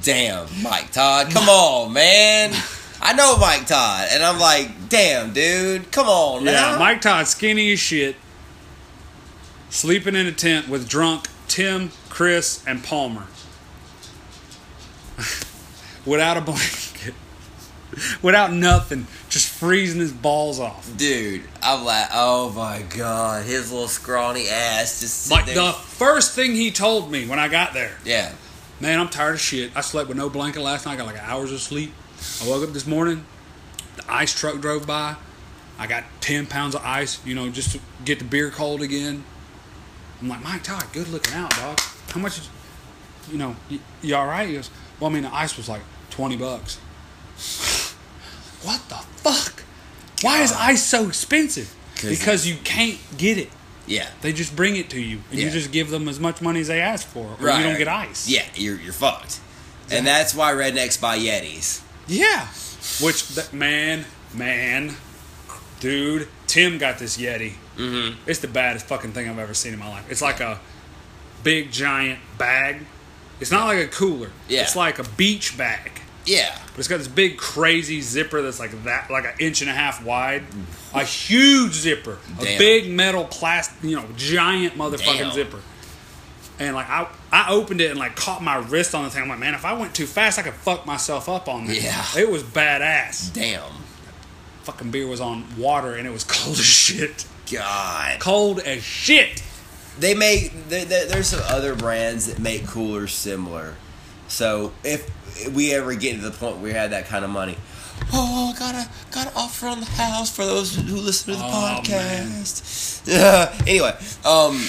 Speaker 2: Damn, Mike Todd. Come on, man. I know Mike Todd, and I'm like, damn, dude. Come on,
Speaker 1: Yeah,
Speaker 2: now.
Speaker 1: Mike Todd, skinny as shit, sleeping in a tent with drunk Tim, Chris, and Palmer, without a blanket, without nothing, just freezing his balls off.
Speaker 2: Dude, I'm like, oh my god, his little scrawny ass just sitting
Speaker 1: Like
Speaker 2: there.
Speaker 1: the first thing he told me when I got there,
Speaker 2: yeah,
Speaker 1: man, I'm tired of shit. I slept with no blanket last night. I got like hours of sleep. I woke up this morning. The ice truck drove by. I got ten pounds of ice, you know, just to get the beer cold again. I'm like, Mike Todd, good looking out, dog. How much? Is, you know, you, you all right? He goes, well, I mean, the ice was like twenty bucks. what the fuck? Why is ice so expensive?
Speaker 2: 'Cause-
Speaker 1: Because you can't get it.
Speaker 2: yeah,
Speaker 1: They just bring it to you, and you
Speaker 2: Yeah.
Speaker 1: just give them as much money as they ask for, or
Speaker 2: right.
Speaker 1: you don't get ice.
Speaker 2: Yeah, you're you're fucked, and that's why rednecks buy Yetis.
Speaker 1: yeah. Which th- man, man, dude, Tim got this Yeti. Mm-hmm. It's the baddest fucking thing I've ever seen in my life. It's like a big giant bag. It's not like a cooler.
Speaker 2: Yeah.
Speaker 1: It's like a beach bag,
Speaker 2: Yeah,
Speaker 1: but it's got this big crazy zipper that's like that, like an inch and a half wide. A huge zipper, a
Speaker 2: Damn.
Speaker 1: big metal plastic, you know, giant motherfucking
Speaker 2: Damn.
Speaker 1: zipper. and like I, I opened it and like caught my wrist on the thing. I'm like, man, if I went too fast, I could fuck myself up on this.
Speaker 2: Yeah.
Speaker 1: it was badass.
Speaker 2: damn,
Speaker 1: Fucking beer was on water and it was cold as shit.
Speaker 2: God.
Speaker 1: Cold as shit.
Speaker 2: They make there, there, there's some other brands that make coolers similar. So if we ever get to the point where we had that kind of money, oh, I got a got an offer on the house for those who listen to the
Speaker 1: Oh, man.
Speaker 2: podcast. Yeah. anyway, um,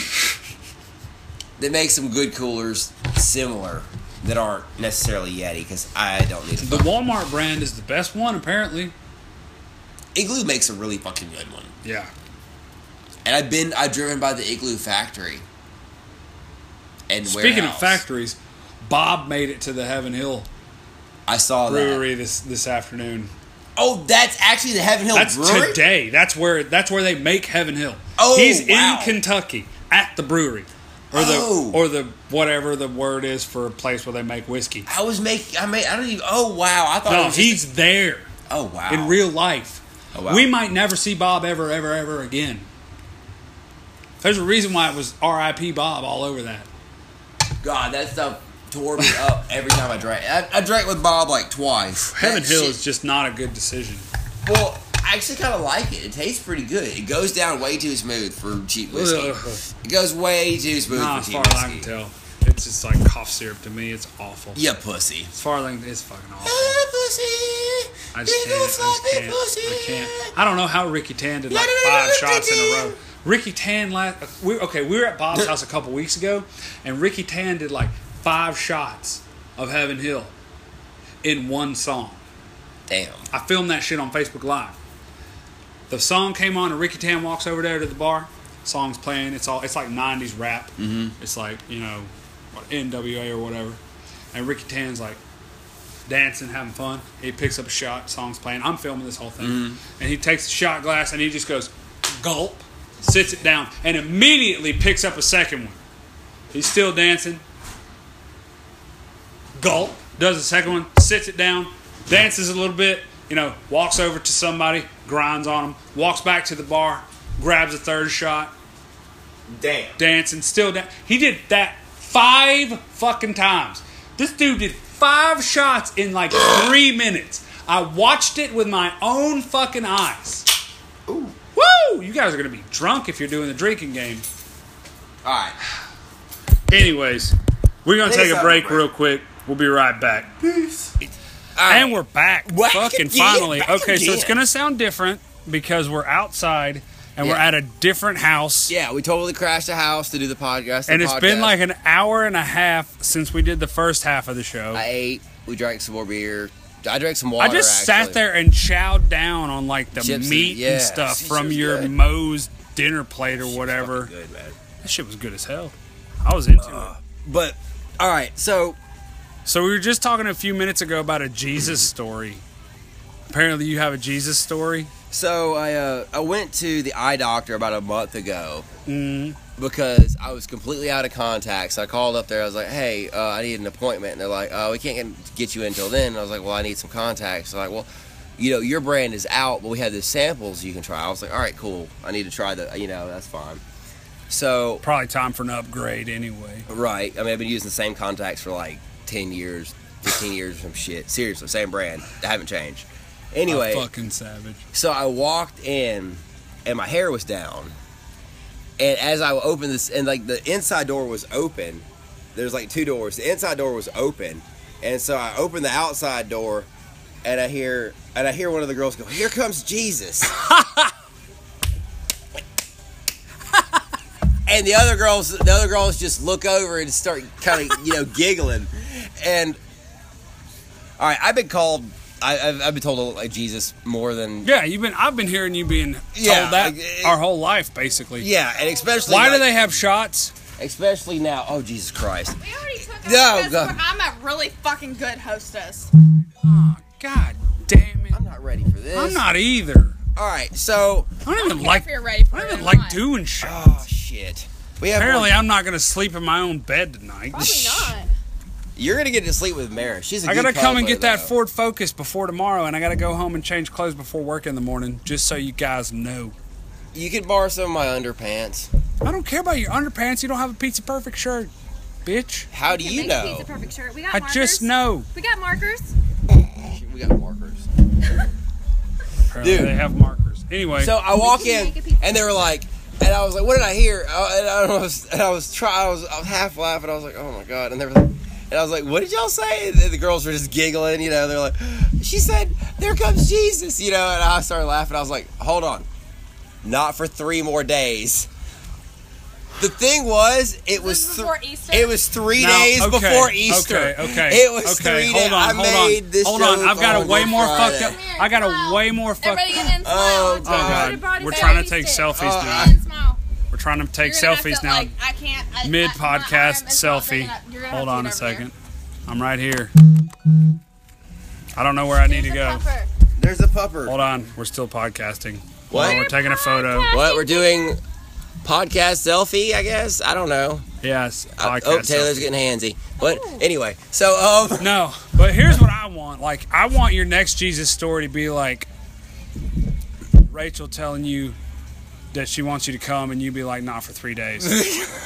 Speaker 2: they make some good coolers similar that aren't necessarily Yeti because I don't need
Speaker 1: The
Speaker 2: a
Speaker 1: Walmart brand is the best one apparently.
Speaker 2: Igloo makes a really fucking good one,
Speaker 1: Yeah,
Speaker 2: and I've been I've driven by the Igloo factory. And
Speaker 1: Speaking
Speaker 2: warehouse.
Speaker 1: of factories, Bob made it to the Heaven Hill
Speaker 2: I saw that.
Speaker 1: Brewery this this afternoon.
Speaker 2: Oh, that's actually the Heaven Hill
Speaker 1: That's
Speaker 2: Brewery.
Speaker 1: today. That's where that's where they make Heaven Hill.
Speaker 2: Oh,
Speaker 1: he's
Speaker 2: wow.
Speaker 1: in Kentucky at the brewery, or the
Speaker 2: Oh.
Speaker 1: or the whatever the word is for a place where they make whiskey.
Speaker 2: I was making. I made. I don't even. Oh wow! I thought. it
Speaker 1: No,
Speaker 2: was just-
Speaker 1: he's there
Speaker 2: oh wow!
Speaker 1: in real life.
Speaker 2: Oh, wow.
Speaker 1: We might never see Bob ever, ever, ever again. There's a reason why it was R.I.P. Bob all over that.
Speaker 2: God, that stuff tore me up every time I drank. I, I drank with Bob like twice.
Speaker 1: Heaven
Speaker 2: That
Speaker 1: Hill
Speaker 2: shit-
Speaker 1: is just not a good decision.
Speaker 2: Well, I actually kind of like it. It tastes pretty good. It goes down way too smooth for cheap whiskey.
Speaker 1: Ugh.
Speaker 2: It goes way too smooth
Speaker 1: Not as
Speaker 2: for
Speaker 1: far
Speaker 2: cheap
Speaker 1: as I can
Speaker 2: whiskey.
Speaker 1: tell. It's just like cough syrup to me. It's awful.
Speaker 2: Yeah, pussy.
Speaker 1: As far as I can, it's fucking awful.
Speaker 2: Ah, pussy.
Speaker 1: I just
Speaker 2: Little
Speaker 1: can't. I just
Speaker 2: floppy
Speaker 1: can't. I
Speaker 2: pussy.
Speaker 1: can't. I don't know how Ricky Tan did like
Speaker 2: La, la, la,
Speaker 1: five
Speaker 2: la,
Speaker 1: shots in a
Speaker 2: Ricky.
Speaker 1: row. Ricky Tan last. We, okay, we were at Bob's house a couple weeks ago, and Ricky Tan did like five shots, of Heaven Hill in one song.
Speaker 2: Damn.
Speaker 1: I filmed that shit on Facebook Live. The song came on, and Ricky Tam walks over there to the bar. Song's playing. It's all. It's like '90s rap. Mm-hmm. It's like you know, what, NWA or whatever. And Ricky Tan's like dancing, having fun. He picks up a shot. Song's playing. I'm filming this whole thing, and he takes the shot glass and he just goes gulp, sits it down, and immediately picks up a second one. He's still dancing. Gulp does the second one, sits it down, dances a little bit, you know, walks over to somebody, grinds on them, walks back to the bar, grabs a third shot,
Speaker 2: Damn.
Speaker 1: dancing, still down. He did that five fucking times. This dude did five shots in like three minutes. I watched it with my own fucking eyes. Ooh. Woo! You guys are gonna be drunk if you're doing the drinking game.
Speaker 2: All right.
Speaker 1: Anyways, we're gonna
Speaker 2: Please
Speaker 1: take
Speaker 2: have
Speaker 1: a
Speaker 2: a
Speaker 1: break
Speaker 2: break.
Speaker 1: real quick. We'll be right back.
Speaker 2: All right.
Speaker 1: And we're back.
Speaker 2: Back
Speaker 1: fucking
Speaker 2: again,
Speaker 1: finally.
Speaker 2: back
Speaker 1: Okay, so it's
Speaker 2: again.
Speaker 1: gonna sound different because we're outside and we're
Speaker 2: Yeah.
Speaker 1: at a different house.
Speaker 2: yeah, we totally crashed the house to do the podcast.
Speaker 1: And
Speaker 2: it's
Speaker 1: it's been like an hour and a half since we did the first half of the show.
Speaker 2: I ate. We drank some more beer. I drank some
Speaker 1: I
Speaker 2: water.
Speaker 1: just sat
Speaker 2: actually.
Speaker 1: there and chowed down on like the
Speaker 2: Gypsy,
Speaker 1: meat
Speaker 2: yeah.
Speaker 1: and stuff
Speaker 2: She
Speaker 1: from
Speaker 2: was
Speaker 1: your
Speaker 2: good.
Speaker 1: Moe's dinner plate or whatever.
Speaker 2: Good Uh. man.
Speaker 1: That shit was good as hell. I was into it.
Speaker 2: But all right, so
Speaker 1: So we were just talking a few minutes ago about a Jesus story. Apparently, you have a Jesus story.
Speaker 2: So I uh, I went to the eye doctor about a month ago
Speaker 1: Mm-hmm.
Speaker 2: because I was completely out of contacts. I called up there. I was like, "Hey, uh, I need an appointment," and they're like, "Oh, we can't get- get you in until then." And I was like, "Well, I need some contacts." They're like, "Well, you know, your brand is out, but we have these samples you can try." I was like, "All right, cool. I need to try the. You know, that's fine." So
Speaker 1: Probably time for an upgrade anyway.
Speaker 2: right, I mean, I've been using the same contacts for like ten years, fifteen years or some shit. Seriously, same brand. I haven't changed. Anyway,
Speaker 1: I'm fucking savage.
Speaker 2: so I walked in, and my hair was down. And as I opened this, and like the inside door was open, there's like two doors. The inside door was open, and so I opened the outside door, and I hear and I hear one of the girls go, "Here comes Jesus." and the other girls, the other girls just look over and start kind of you know giggling, and all right, I've been called. I, I've, I've been told to look like Jesus more than
Speaker 1: Yeah, you've been. I've been hearing you being told
Speaker 2: Yeah,
Speaker 1: that
Speaker 2: like, it-
Speaker 1: our whole life, basically.
Speaker 2: Yeah, and especially
Speaker 1: Why do
Speaker 2: like-
Speaker 1: they have shots?
Speaker 2: Especially now. Oh Jesus Christ!
Speaker 3: We already took a
Speaker 2: No,
Speaker 3: hostess,
Speaker 2: go-
Speaker 3: but I'm a really fucking good hostess.
Speaker 1: Oh, God damn it!
Speaker 2: I'm not ready for this.
Speaker 1: I'm not either.
Speaker 2: All right, so
Speaker 1: I don't even
Speaker 3: care
Speaker 1: like.
Speaker 3: if you're ready for
Speaker 1: I
Speaker 3: it
Speaker 1: don't
Speaker 3: or
Speaker 1: even like
Speaker 3: not.
Speaker 1: doing shit.
Speaker 2: oh shit. We have
Speaker 1: Apparently,
Speaker 2: one-
Speaker 1: I'm not gonna sleep in my own bed tonight.
Speaker 3: Probably not.
Speaker 2: you're gonna get to sleep with Mara. She's. I
Speaker 1: I gotta come and get that Ford Focus before tomorrow, and I gotta go home and change clothes before work in the morning, just so you guys know.
Speaker 2: You can borrow some of my underpants.
Speaker 1: I don't care about your underpants. You don't have a pizza perfect shirt, bitch.
Speaker 2: How do
Speaker 3: Can
Speaker 2: you
Speaker 3: make
Speaker 2: know?
Speaker 3: Pizza perfect shirt. We got
Speaker 1: I
Speaker 3: markers.
Speaker 1: just know.
Speaker 3: We got markers.
Speaker 2: Shit, We got markers.
Speaker 1: Apparently,
Speaker 2: Dude.
Speaker 1: they have markers. Anyway,
Speaker 2: So I walk
Speaker 3: can
Speaker 2: in
Speaker 3: make a pizza
Speaker 2: and they were like, and I was like, what did I hear? Uh, and I was, and I was try, I was, I was half laughing. I was like, oh my god. And they were like, and I was like, what did y'all say? And the girls were just giggling, you know. They're like, she said, there comes Jesus, you know. And I started laughing. I was like, hold on, not for three more days. The thing was, it was
Speaker 3: was
Speaker 2: thr-
Speaker 3: before Easter?
Speaker 2: It was three
Speaker 1: Now,
Speaker 2: days
Speaker 1: okay,
Speaker 2: before Easter.
Speaker 1: Okay, okay.
Speaker 2: It was
Speaker 1: okay,
Speaker 2: three
Speaker 1: hold
Speaker 2: days. I
Speaker 1: on, hold
Speaker 2: made
Speaker 1: on,
Speaker 2: this
Speaker 1: Hold on,
Speaker 2: joke
Speaker 1: I've got a
Speaker 2: on
Speaker 1: way
Speaker 2: Good
Speaker 1: more
Speaker 2: Friday.
Speaker 1: fucked up. I got a
Speaker 3: Smile.
Speaker 1: way more fucked.
Speaker 3: Everybody get in smile.
Speaker 2: Oh,
Speaker 3: Just
Speaker 2: God.
Speaker 3: everybody body
Speaker 1: We're
Speaker 3: fit.
Speaker 1: trying to take
Speaker 3: Sit.
Speaker 1: selfies,
Speaker 3: Oh,
Speaker 1: dude.
Speaker 3: get in smile.
Speaker 1: We're trying to take
Speaker 3: You're gonna have
Speaker 1: selfies
Speaker 3: to,
Speaker 1: now.
Speaker 3: like, I can't. I- I-
Speaker 1: Mid
Speaker 3: I- I'm-
Speaker 1: podcast
Speaker 3: it's not big
Speaker 1: selfie.
Speaker 3: enough. You're gonna have
Speaker 1: Hold
Speaker 3: to
Speaker 1: on a
Speaker 3: get over
Speaker 1: second. I'm right here. I don't know where I
Speaker 3: there.
Speaker 1: need to
Speaker 3: Here's
Speaker 1: go.
Speaker 3: a puffer.
Speaker 2: There's a pupper.
Speaker 1: Hold on, we're still podcasting.
Speaker 2: What?
Speaker 1: Hold on, we're taking a photo.
Speaker 2: What we're doing? Podcast selfie, I guess. I don't know.
Speaker 1: Yes,
Speaker 2: Uh,
Speaker 1: podcast.
Speaker 2: oh, Taylor's
Speaker 1: selfie.
Speaker 2: getting handsy. But anyway, so um,
Speaker 1: No, but here's what I want. Like, I want your next Jesus story to be like Rachel telling you that she wants you to come, and you be like, "Not for three days."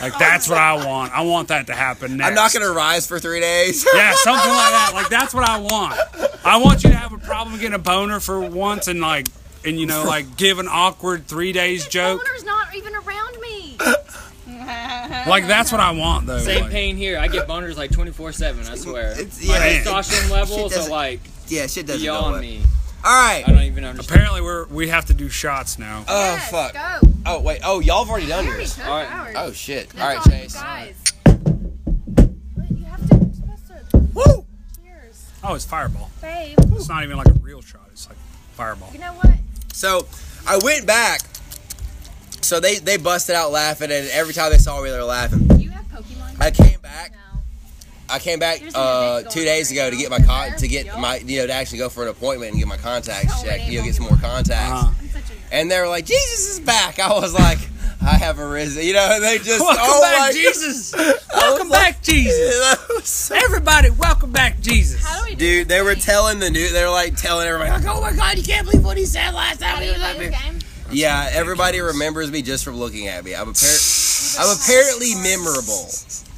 Speaker 1: like, that's what I want. I want that to happen. Next.
Speaker 2: I'm not gonna rise for three days.
Speaker 1: Yeah, something like that. Like that's what I want. I want you to have a problem getting a boner for once and like and you know like give an awkward three days joke.
Speaker 3: Owner's not even around me.
Speaker 1: Like that's what I want though.
Speaker 4: Same
Speaker 1: like,
Speaker 4: pain here. I get boners like 24 7, I swear.
Speaker 2: It's-
Speaker 4: My
Speaker 1: yeah.
Speaker 4: testosterone levels are
Speaker 2: doesn't-
Speaker 4: like
Speaker 2: yeah, shit doesn't go
Speaker 4: beyond
Speaker 2: away.
Speaker 4: me.
Speaker 2: All right.
Speaker 4: I don't even understand.
Speaker 1: Apparently we're we have to do shots now.
Speaker 2: Oh
Speaker 3: yes,
Speaker 2: fuck.
Speaker 3: Go.
Speaker 2: Oh wait. Oh y'all have already done
Speaker 3: We already
Speaker 2: yours.
Speaker 3: took
Speaker 4: All right.
Speaker 3: ours.
Speaker 2: Oh shit.
Speaker 3: That's
Speaker 2: All right,
Speaker 3: on you
Speaker 2: Chase.
Speaker 3: Guys. Wait, you have to. you're supposed to-
Speaker 2: Woo.
Speaker 1: Oh, it's fireball.
Speaker 3: Babe,
Speaker 1: It's not even like a real shot. It's like fireball.
Speaker 3: you know what?
Speaker 2: So I went back. So they they busted out laughing, and every time they saw me, they were laughing.
Speaker 3: Do you have Pokemon?
Speaker 2: I came back.
Speaker 3: No.
Speaker 2: I came back
Speaker 3: There's no
Speaker 2: uh,
Speaker 3: event
Speaker 2: two
Speaker 3: going
Speaker 2: days
Speaker 3: on
Speaker 2: ago
Speaker 3: right
Speaker 2: to
Speaker 3: now.
Speaker 2: get my con- to get
Speaker 3: Yup.
Speaker 2: my you know to actually go for an appointment and get my contacts
Speaker 3: Oh, it
Speaker 2: checked.
Speaker 3: ain't
Speaker 2: You know, get some more
Speaker 3: Pokemon.
Speaker 2: contacts.
Speaker 1: Uh-huh.
Speaker 3: I'm such a nerd.
Speaker 2: And they were like, "Jesus is back." I was like, "I have arisen." You know, and they just
Speaker 1: Welcome
Speaker 2: oh
Speaker 1: back,
Speaker 2: my
Speaker 1: Jesus.
Speaker 2: I was
Speaker 1: Welcome back, Jesus.
Speaker 2: Jesus.
Speaker 1: Everybody, welcome back, Jesus.
Speaker 3: How do we do
Speaker 2: Dude,
Speaker 3: this
Speaker 2: they were
Speaker 3: game?
Speaker 2: telling the new. They were like telling everybody, like, "Oh my God, you can't believe what he said last time."
Speaker 3: How do
Speaker 2: when
Speaker 3: you
Speaker 2: he was
Speaker 3: play
Speaker 2: up
Speaker 3: this
Speaker 2: here."
Speaker 3: game?
Speaker 2: Yeah, everybody remembers me just from looking at me. I'm, appar- I'm apparently memorable.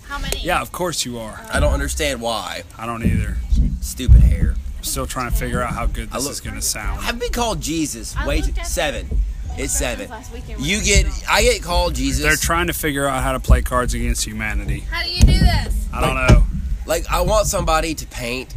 Speaker 3: How many?
Speaker 1: Yeah, of course you are.
Speaker 2: I don't understand why.
Speaker 1: I don't either.
Speaker 2: Stupid hair.
Speaker 1: I'm still trying to figure out how good
Speaker 2: I
Speaker 1: this
Speaker 2: look-
Speaker 1: is going to sound.
Speaker 2: I've been called Jesus.
Speaker 3: I
Speaker 2: Wait,
Speaker 3: looked at-
Speaker 2: seven. It's seven.
Speaker 3: Last weekend when
Speaker 2: You
Speaker 3: I
Speaker 2: get.
Speaker 3: was
Speaker 2: I get called
Speaker 1: They're
Speaker 2: Jesus.
Speaker 1: trying to figure out how to play cards against humanity.
Speaker 3: How do you do this?
Speaker 1: I don't know.
Speaker 2: Like I want somebody to paint,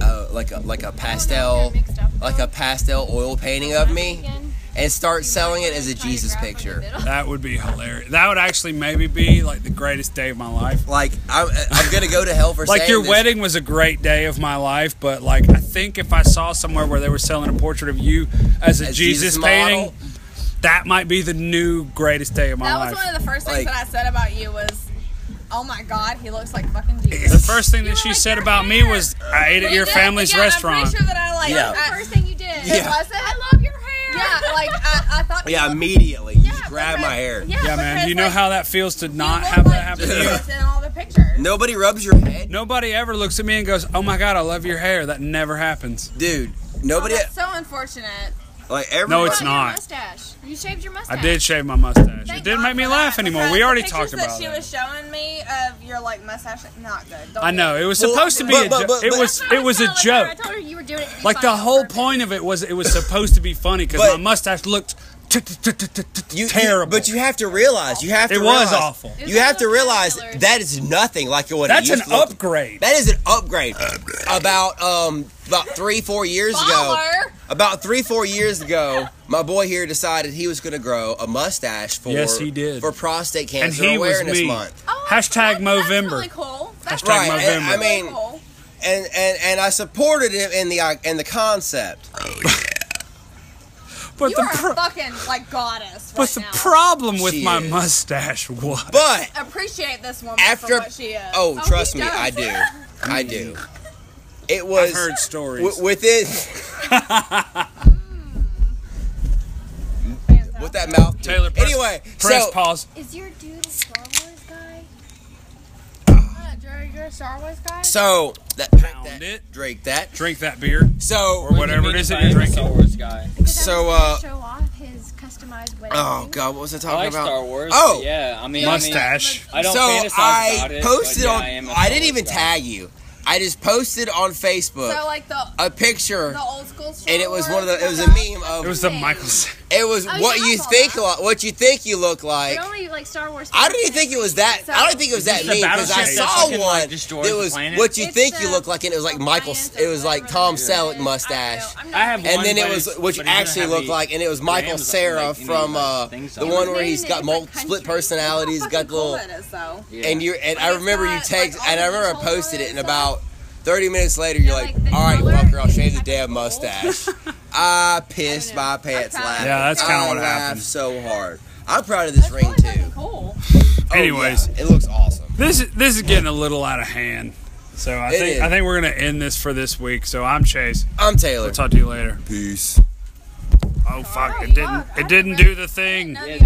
Speaker 2: uh, like a like a pastel,
Speaker 3: they're mixed up.
Speaker 2: like a pastel oil painting of me,
Speaker 3: Weekend,
Speaker 2: and start
Speaker 3: you
Speaker 2: selling
Speaker 3: might
Speaker 2: it as a
Speaker 3: wanna try to
Speaker 2: Jesus
Speaker 3: grab from the
Speaker 2: picture.
Speaker 3: middle.
Speaker 1: That would be hilarious. That would actually maybe be like the greatest day of my life.
Speaker 2: Like I'm, I'm gonna go to hell for
Speaker 1: Like
Speaker 2: saying
Speaker 1: your
Speaker 2: this.
Speaker 1: wedding was a great day of my life, but like I think if I saw somewhere where they were selling a portrait of you as a
Speaker 2: As
Speaker 1: Jesus,
Speaker 2: Jesus
Speaker 1: painting,
Speaker 2: model.
Speaker 1: that might be the new greatest day of my
Speaker 5: That
Speaker 1: life.
Speaker 5: was one of the first
Speaker 2: Like-
Speaker 5: things that I said about you was, "Oh my God, he looks like fucking Jesus."
Speaker 1: the first thing
Speaker 5: You
Speaker 1: that she
Speaker 5: were like,
Speaker 1: said
Speaker 5: "Your
Speaker 1: about me
Speaker 5: hair."
Speaker 1: was I ate at
Speaker 5: We
Speaker 1: your
Speaker 5: did-
Speaker 1: family's
Speaker 5: yeah, I'm
Speaker 1: restaurant.
Speaker 5: pretty sure that I like.
Speaker 2: Yeah.
Speaker 5: I-
Speaker 3: First thing you did.
Speaker 5: it
Speaker 2: Yeah.
Speaker 5: was it?
Speaker 3: I love your hair.
Speaker 5: Yeah, like I, I thought.
Speaker 2: Yeah,
Speaker 5: you looked-
Speaker 2: immediately. You just
Speaker 5: Yeah,
Speaker 2: grab
Speaker 5: because-
Speaker 2: my hair.
Speaker 5: Yeah,
Speaker 1: yeah, man.
Speaker 5: because,
Speaker 1: Do you know
Speaker 5: like,
Speaker 1: how that feels to not
Speaker 5: look
Speaker 1: have
Speaker 5: like
Speaker 1: that happen to you?
Speaker 5: Jesus in all the pictures.
Speaker 2: Nobody rubs your head,
Speaker 1: Nobody ever looks at me and goes, "Oh my God, I love your hair." That never happens.
Speaker 2: dude.
Speaker 5: Oh,
Speaker 2: Nobody
Speaker 5: that's so unfortunate.
Speaker 2: like every.
Speaker 1: No, it's
Speaker 3: What about your
Speaker 1: not.
Speaker 3: mustache? You shaved your mustache.
Speaker 1: I did shave my mustache.
Speaker 5: Thank
Speaker 1: it didn't
Speaker 5: God
Speaker 1: make me
Speaker 5: for
Speaker 1: laugh
Speaker 5: that,
Speaker 1: anymore.
Speaker 5: because
Speaker 1: We
Speaker 5: the
Speaker 1: already
Speaker 5: pictures
Speaker 1: talked about
Speaker 5: that she
Speaker 1: it.
Speaker 5: was showing me of your like mustache. Not good. Don't
Speaker 1: I
Speaker 5: do
Speaker 1: know
Speaker 5: it.
Speaker 1: it was
Speaker 2: Well,
Speaker 1: supposed to be.
Speaker 2: but-
Speaker 1: a
Speaker 2: but-
Speaker 1: jo-
Speaker 2: but-
Speaker 1: it
Speaker 2: but-
Speaker 1: was
Speaker 3: I
Speaker 1: it was a
Speaker 3: told her- I
Speaker 1: joke.
Speaker 3: told her you were doing it. to be
Speaker 1: Like
Speaker 3: funny
Speaker 1: the
Speaker 3: on
Speaker 1: whole
Speaker 3: purpose.
Speaker 1: point of it was it was supposed to be funny because my
Speaker 2: But-
Speaker 1: mustache looked t- t- t- t- t- t-
Speaker 2: You,
Speaker 1: terrible.
Speaker 2: but you have to realize you have to.
Speaker 1: It was
Speaker 2: realize-
Speaker 1: awful.
Speaker 3: It was
Speaker 2: You have
Speaker 3: a
Speaker 2: to
Speaker 3: little
Speaker 2: realize
Speaker 3: caterpillar.
Speaker 2: that is nothing like what
Speaker 1: that's
Speaker 2: it
Speaker 1: an
Speaker 2: used to look-
Speaker 1: upgrade.
Speaker 2: That is an upgrade. About um about three four years ago.
Speaker 5: Baller. Oh,
Speaker 2: About three four years ago, my boy here decided he was going to grow a mustache for
Speaker 1: Yes, he did.
Speaker 2: for prostate
Speaker 1: And
Speaker 2: cancer
Speaker 1: he was
Speaker 2: awareness
Speaker 1: me.
Speaker 2: month.
Speaker 5: Oh,
Speaker 1: Hashtag
Speaker 5: that's, that's
Speaker 1: Movember.
Speaker 5: really cool. That's
Speaker 1: Hashtag
Speaker 2: Right,
Speaker 5: really
Speaker 2: and I
Speaker 1: Movember.
Speaker 2: mean-
Speaker 5: cool.
Speaker 2: and and and I supported him in the uh, in the concept.
Speaker 1: But
Speaker 5: you
Speaker 1: the
Speaker 5: are a
Speaker 1: pro-
Speaker 5: fucking like goddess.
Speaker 1: but
Speaker 5: right
Speaker 1: the
Speaker 5: now.
Speaker 1: problem with
Speaker 2: She
Speaker 1: my
Speaker 2: is.
Speaker 1: mustache was
Speaker 2: But
Speaker 5: appreciate this woman
Speaker 2: after
Speaker 5: for what she is.
Speaker 2: oh,
Speaker 5: he
Speaker 2: trust me,
Speaker 5: does.
Speaker 2: I do, I do. It was
Speaker 1: I've heard stories.
Speaker 2: wi- within Mm. with that mouth.
Speaker 1: Taylor, press,
Speaker 2: Anyway,
Speaker 1: press
Speaker 2: so
Speaker 1: pause.
Speaker 3: Is your dude a Star Wars guy?
Speaker 5: Uh, Jerry, you're a Star Wars guy.
Speaker 2: so that
Speaker 1: Found
Speaker 2: drink that,
Speaker 1: it.
Speaker 2: drink that.
Speaker 1: Drink that beer.
Speaker 2: So
Speaker 1: Or whatever it is that you're drinking.
Speaker 4: Star Wars guy.
Speaker 3: Because I
Speaker 2: So,
Speaker 3: was gonna
Speaker 2: uh,
Speaker 3: show off his customized wedding.
Speaker 2: oh
Speaker 3: ring.
Speaker 2: god, what was I
Speaker 4: I
Speaker 2: talking
Speaker 4: like
Speaker 2: about?
Speaker 4: Star Wars.
Speaker 2: Oh!
Speaker 4: but yeah. I mean,
Speaker 1: Mustache.
Speaker 4: I, mean, I don't
Speaker 2: so
Speaker 4: fantasize
Speaker 2: I
Speaker 4: about it. but
Speaker 2: posted
Speaker 4: yeah,
Speaker 2: on.
Speaker 4: I, am a
Speaker 2: I
Speaker 4: Star
Speaker 2: didn't
Speaker 4: Wars
Speaker 2: even
Speaker 4: guy.
Speaker 2: tag you. I just posted on Facebook
Speaker 5: So like the
Speaker 2: a picture,
Speaker 5: the old school. Star
Speaker 2: and it was one of the. It was a
Speaker 5: Wars
Speaker 2: meme of.
Speaker 1: It was the Michael. Sa-
Speaker 2: It was
Speaker 3: Oh,
Speaker 2: what
Speaker 3: yeah, I
Speaker 2: you
Speaker 3: saw
Speaker 2: think
Speaker 3: that.
Speaker 2: like, what you think you look
Speaker 3: The
Speaker 2: like.
Speaker 3: only like Star Wars.
Speaker 2: I don't even think it was that. I don't think it was that
Speaker 4: Is this
Speaker 2: mean
Speaker 4: the
Speaker 2: because I
Speaker 4: battleship that
Speaker 2: saw
Speaker 4: fucking,
Speaker 2: one.
Speaker 4: like,
Speaker 2: It
Speaker 4: destroys the
Speaker 2: was
Speaker 4: planet?
Speaker 2: what you
Speaker 5: It's
Speaker 2: think you
Speaker 5: the
Speaker 2: look like, and it was like Michael.
Speaker 5: Alliance
Speaker 2: It
Speaker 5: or
Speaker 2: was like
Speaker 5: whatever
Speaker 2: Tom
Speaker 5: it is. I
Speaker 2: Selleck
Speaker 5: know,
Speaker 2: mustache.
Speaker 5: I'm not
Speaker 4: I have
Speaker 5: even-
Speaker 2: And then
Speaker 4: One,
Speaker 2: it
Speaker 4: but
Speaker 2: was
Speaker 4: it's-
Speaker 2: what you
Speaker 4: but it doesn't
Speaker 2: actually
Speaker 4: have
Speaker 2: looked
Speaker 4: the
Speaker 2: like, and it was Michael
Speaker 4: grams,
Speaker 2: Sarah
Speaker 4: like, you know,
Speaker 2: from
Speaker 4: the
Speaker 2: uh,
Speaker 4: things
Speaker 2: the
Speaker 4: on
Speaker 2: one
Speaker 4: it.
Speaker 2: where he's
Speaker 3: Name
Speaker 2: got
Speaker 3: it,
Speaker 2: mul-
Speaker 3: but
Speaker 2: split
Speaker 3: country.
Speaker 2: personalities,
Speaker 5: How
Speaker 2: got the
Speaker 5: fucking cool
Speaker 2: little,
Speaker 5: it is, though.
Speaker 4: Yeah.
Speaker 2: and you and I
Speaker 5: it's
Speaker 2: remember you
Speaker 5: got, like,
Speaker 2: text,
Speaker 5: all
Speaker 2: and I
Speaker 5: the
Speaker 2: remember I
Speaker 5: controls on
Speaker 2: posted
Speaker 5: it
Speaker 2: it, and
Speaker 5: and
Speaker 2: about thirty minutes later, you're
Speaker 3: Yeah,
Speaker 2: like,
Speaker 3: like the
Speaker 2: all right,
Speaker 3: color
Speaker 2: fucker, I'll
Speaker 3: is
Speaker 2: shave the
Speaker 3: kinda
Speaker 2: damn
Speaker 3: cool."
Speaker 2: mustache. I pissed my pants
Speaker 5: kinda-
Speaker 2: laughing.
Speaker 1: Yeah, that's kinda
Speaker 2: I
Speaker 1: what
Speaker 2: laughed
Speaker 1: happened.
Speaker 2: So hard. I'm proud of this
Speaker 5: That's
Speaker 2: ring
Speaker 5: really
Speaker 2: too.
Speaker 5: fucking cool.
Speaker 2: Oh,
Speaker 1: Anyways.
Speaker 2: yeah, it looks awesome.
Speaker 1: This is this is getting a little out of hand. So I
Speaker 2: It
Speaker 1: think
Speaker 2: is.
Speaker 1: I think we're gonna end this for this week. So I'm Chase.
Speaker 2: I'm Taylor.
Speaker 1: I'll talk to you later.
Speaker 2: Peace.
Speaker 1: Oh fuck! It didn't. It didn't do the thing.
Speaker 5: No,
Speaker 4: Yeah,
Speaker 5: the